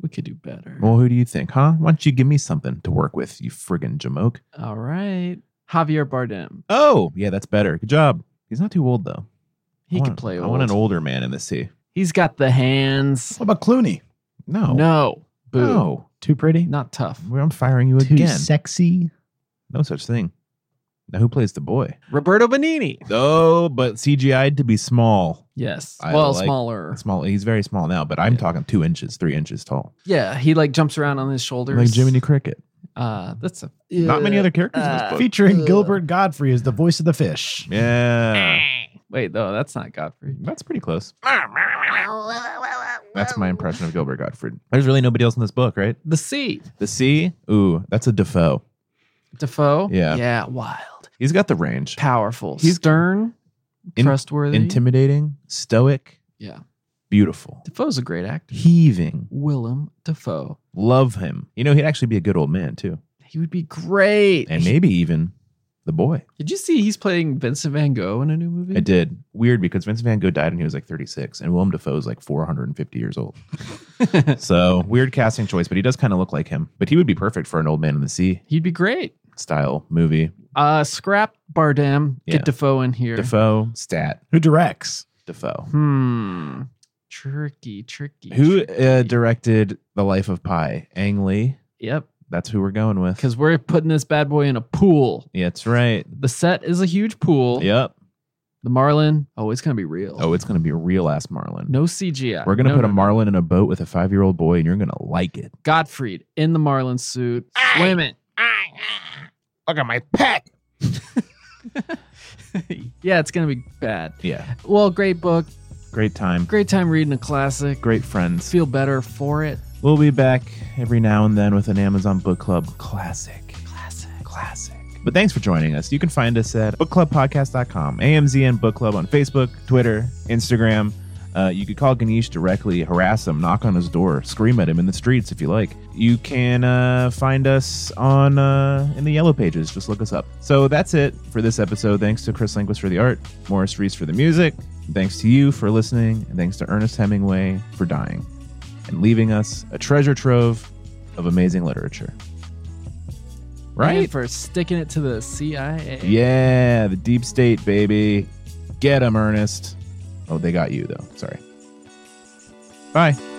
[SPEAKER 2] we could do better.
[SPEAKER 1] well, who do you think, huh? Why don't you give me something to work with, you friggin' jamoke?
[SPEAKER 2] All right, Javier Bardem.
[SPEAKER 1] Oh, yeah, that's better. Good job. He's not too old though. I
[SPEAKER 2] He
[SPEAKER 1] want-
[SPEAKER 2] could play
[SPEAKER 1] I
[SPEAKER 2] old.
[SPEAKER 1] want an older man in the sea.
[SPEAKER 2] He's got the hands.
[SPEAKER 3] What about Clooney?
[SPEAKER 1] No,
[SPEAKER 2] No, boo,
[SPEAKER 1] no.
[SPEAKER 3] Too pretty?
[SPEAKER 2] not tough.
[SPEAKER 1] Well, I'm firing you
[SPEAKER 3] Too
[SPEAKER 1] again.
[SPEAKER 3] sexy?
[SPEAKER 1] no such thing. Now, who plays the boy?
[SPEAKER 2] Roberto Benini.
[SPEAKER 1] Oh, but CGI'd to be small.
[SPEAKER 2] Yes.
[SPEAKER 1] I
[SPEAKER 2] well,
[SPEAKER 1] like-
[SPEAKER 2] smaller.
[SPEAKER 1] Small. He's very small now, but I'm talking two inches, three inches tall,
[SPEAKER 2] Yeah, he like jumps around on his shoulders.
[SPEAKER 1] like Jiminy Cricket.
[SPEAKER 2] Uh, that's a
[SPEAKER 1] Not many
[SPEAKER 2] Yeah.
[SPEAKER 1] other characters in
[SPEAKER 2] Uh,
[SPEAKER 1] this book.
[SPEAKER 3] Featuring Gilbert Godfrey as the voice of the fish.
[SPEAKER 1] Yeah,
[SPEAKER 2] Wait, no, that's not Godfrey.
[SPEAKER 1] that's pretty close. That's my impression of Gilbert Gottfried. There's really nobody else in this book, right?
[SPEAKER 2] The Sea.
[SPEAKER 1] The sea. Ooh, that's a Defoe.
[SPEAKER 2] Defoe.
[SPEAKER 1] Yeah.
[SPEAKER 2] Yeah. Wild.
[SPEAKER 1] He's got the range.
[SPEAKER 2] Powerful.
[SPEAKER 1] He's-
[SPEAKER 2] stern.
[SPEAKER 1] In-
[SPEAKER 2] trustworthy.
[SPEAKER 1] Intimidating, stoic,
[SPEAKER 2] yeah.
[SPEAKER 1] beautiful,
[SPEAKER 2] Defoe's a great actor.
[SPEAKER 1] heaving.
[SPEAKER 2] Willem Defoe.
[SPEAKER 1] Love him. You know, he'd actually be a good old man too,
[SPEAKER 2] He would be great.
[SPEAKER 1] and maybe even the boy.
[SPEAKER 2] Did you see he's playing Vincent Van Gogh in a new movie?
[SPEAKER 1] I did. Weird because Vincent Van Gogh died when he was like 36, and Willem Dafoe is like 450 years old. so weird casting choice, but he does kind of look like him. But he would be perfect for an old man in the sea
[SPEAKER 2] He'd be great.
[SPEAKER 1] style movie.
[SPEAKER 2] Uh, scrap Bardem.
[SPEAKER 1] Yeah.
[SPEAKER 2] Get Defoe in here.
[SPEAKER 1] Defoe, stat,
[SPEAKER 3] Who directs?
[SPEAKER 1] Defoe.
[SPEAKER 2] Hmm. Tricky, tricky.
[SPEAKER 1] Who
[SPEAKER 2] tricky.
[SPEAKER 1] uh, directed The Life of Pi? Ang Lee.
[SPEAKER 2] Yep.
[SPEAKER 1] That's who we're going with.
[SPEAKER 2] Because we're putting this bad boy in a pool.
[SPEAKER 1] Yeah, that's right.
[SPEAKER 2] The set is a huge pool.
[SPEAKER 1] Yep.
[SPEAKER 2] The Marlin. Oh, it's gonna be real.
[SPEAKER 1] Oh, it's going to be a real ass Marlin.
[SPEAKER 2] No CGI.
[SPEAKER 1] We're going to
[SPEAKER 2] No,
[SPEAKER 1] put
[SPEAKER 2] no,
[SPEAKER 1] a
[SPEAKER 2] no.
[SPEAKER 1] Marlin in a boat with a five year old boy, and you're going to like it.
[SPEAKER 2] Gottfried in the Marlin suit. Swimming.
[SPEAKER 4] Look at my pet.
[SPEAKER 2] yeah, it's gonna be bad.
[SPEAKER 1] Yeah.
[SPEAKER 2] Well, great book.
[SPEAKER 1] Great time.
[SPEAKER 2] Great time reading a classic.
[SPEAKER 1] Great friends.
[SPEAKER 2] Feel better for it.
[SPEAKER 1] We'll be back every now and then with an Amazon Book Club classic. Classic. Classic. But thanks for joining us. You can find us at bookclubpodcast.com, AMZN Book Club on Facebook, Twitter, Instagram. Uh, you could call Ganesh directly, harass him, knock on his door, scream at him in the streets if you like. You can uh, find us on uh, in the yellow pages. Just look us up. So that's it for this episode. Thanks to Chris Linquist for the art, Morris Reese for the music. Thanks to you for listening, and thanks to Ernest Hemingway for dying and leaving us a treasure trove of amazing literature. Right?
[SPEAKER 2] And for sticking it to the CIA.
[SPEAKER 1] Yeah, the deep state, baby. Get 'em, Ernest. Oh, they got you, though. Sorry. Bye.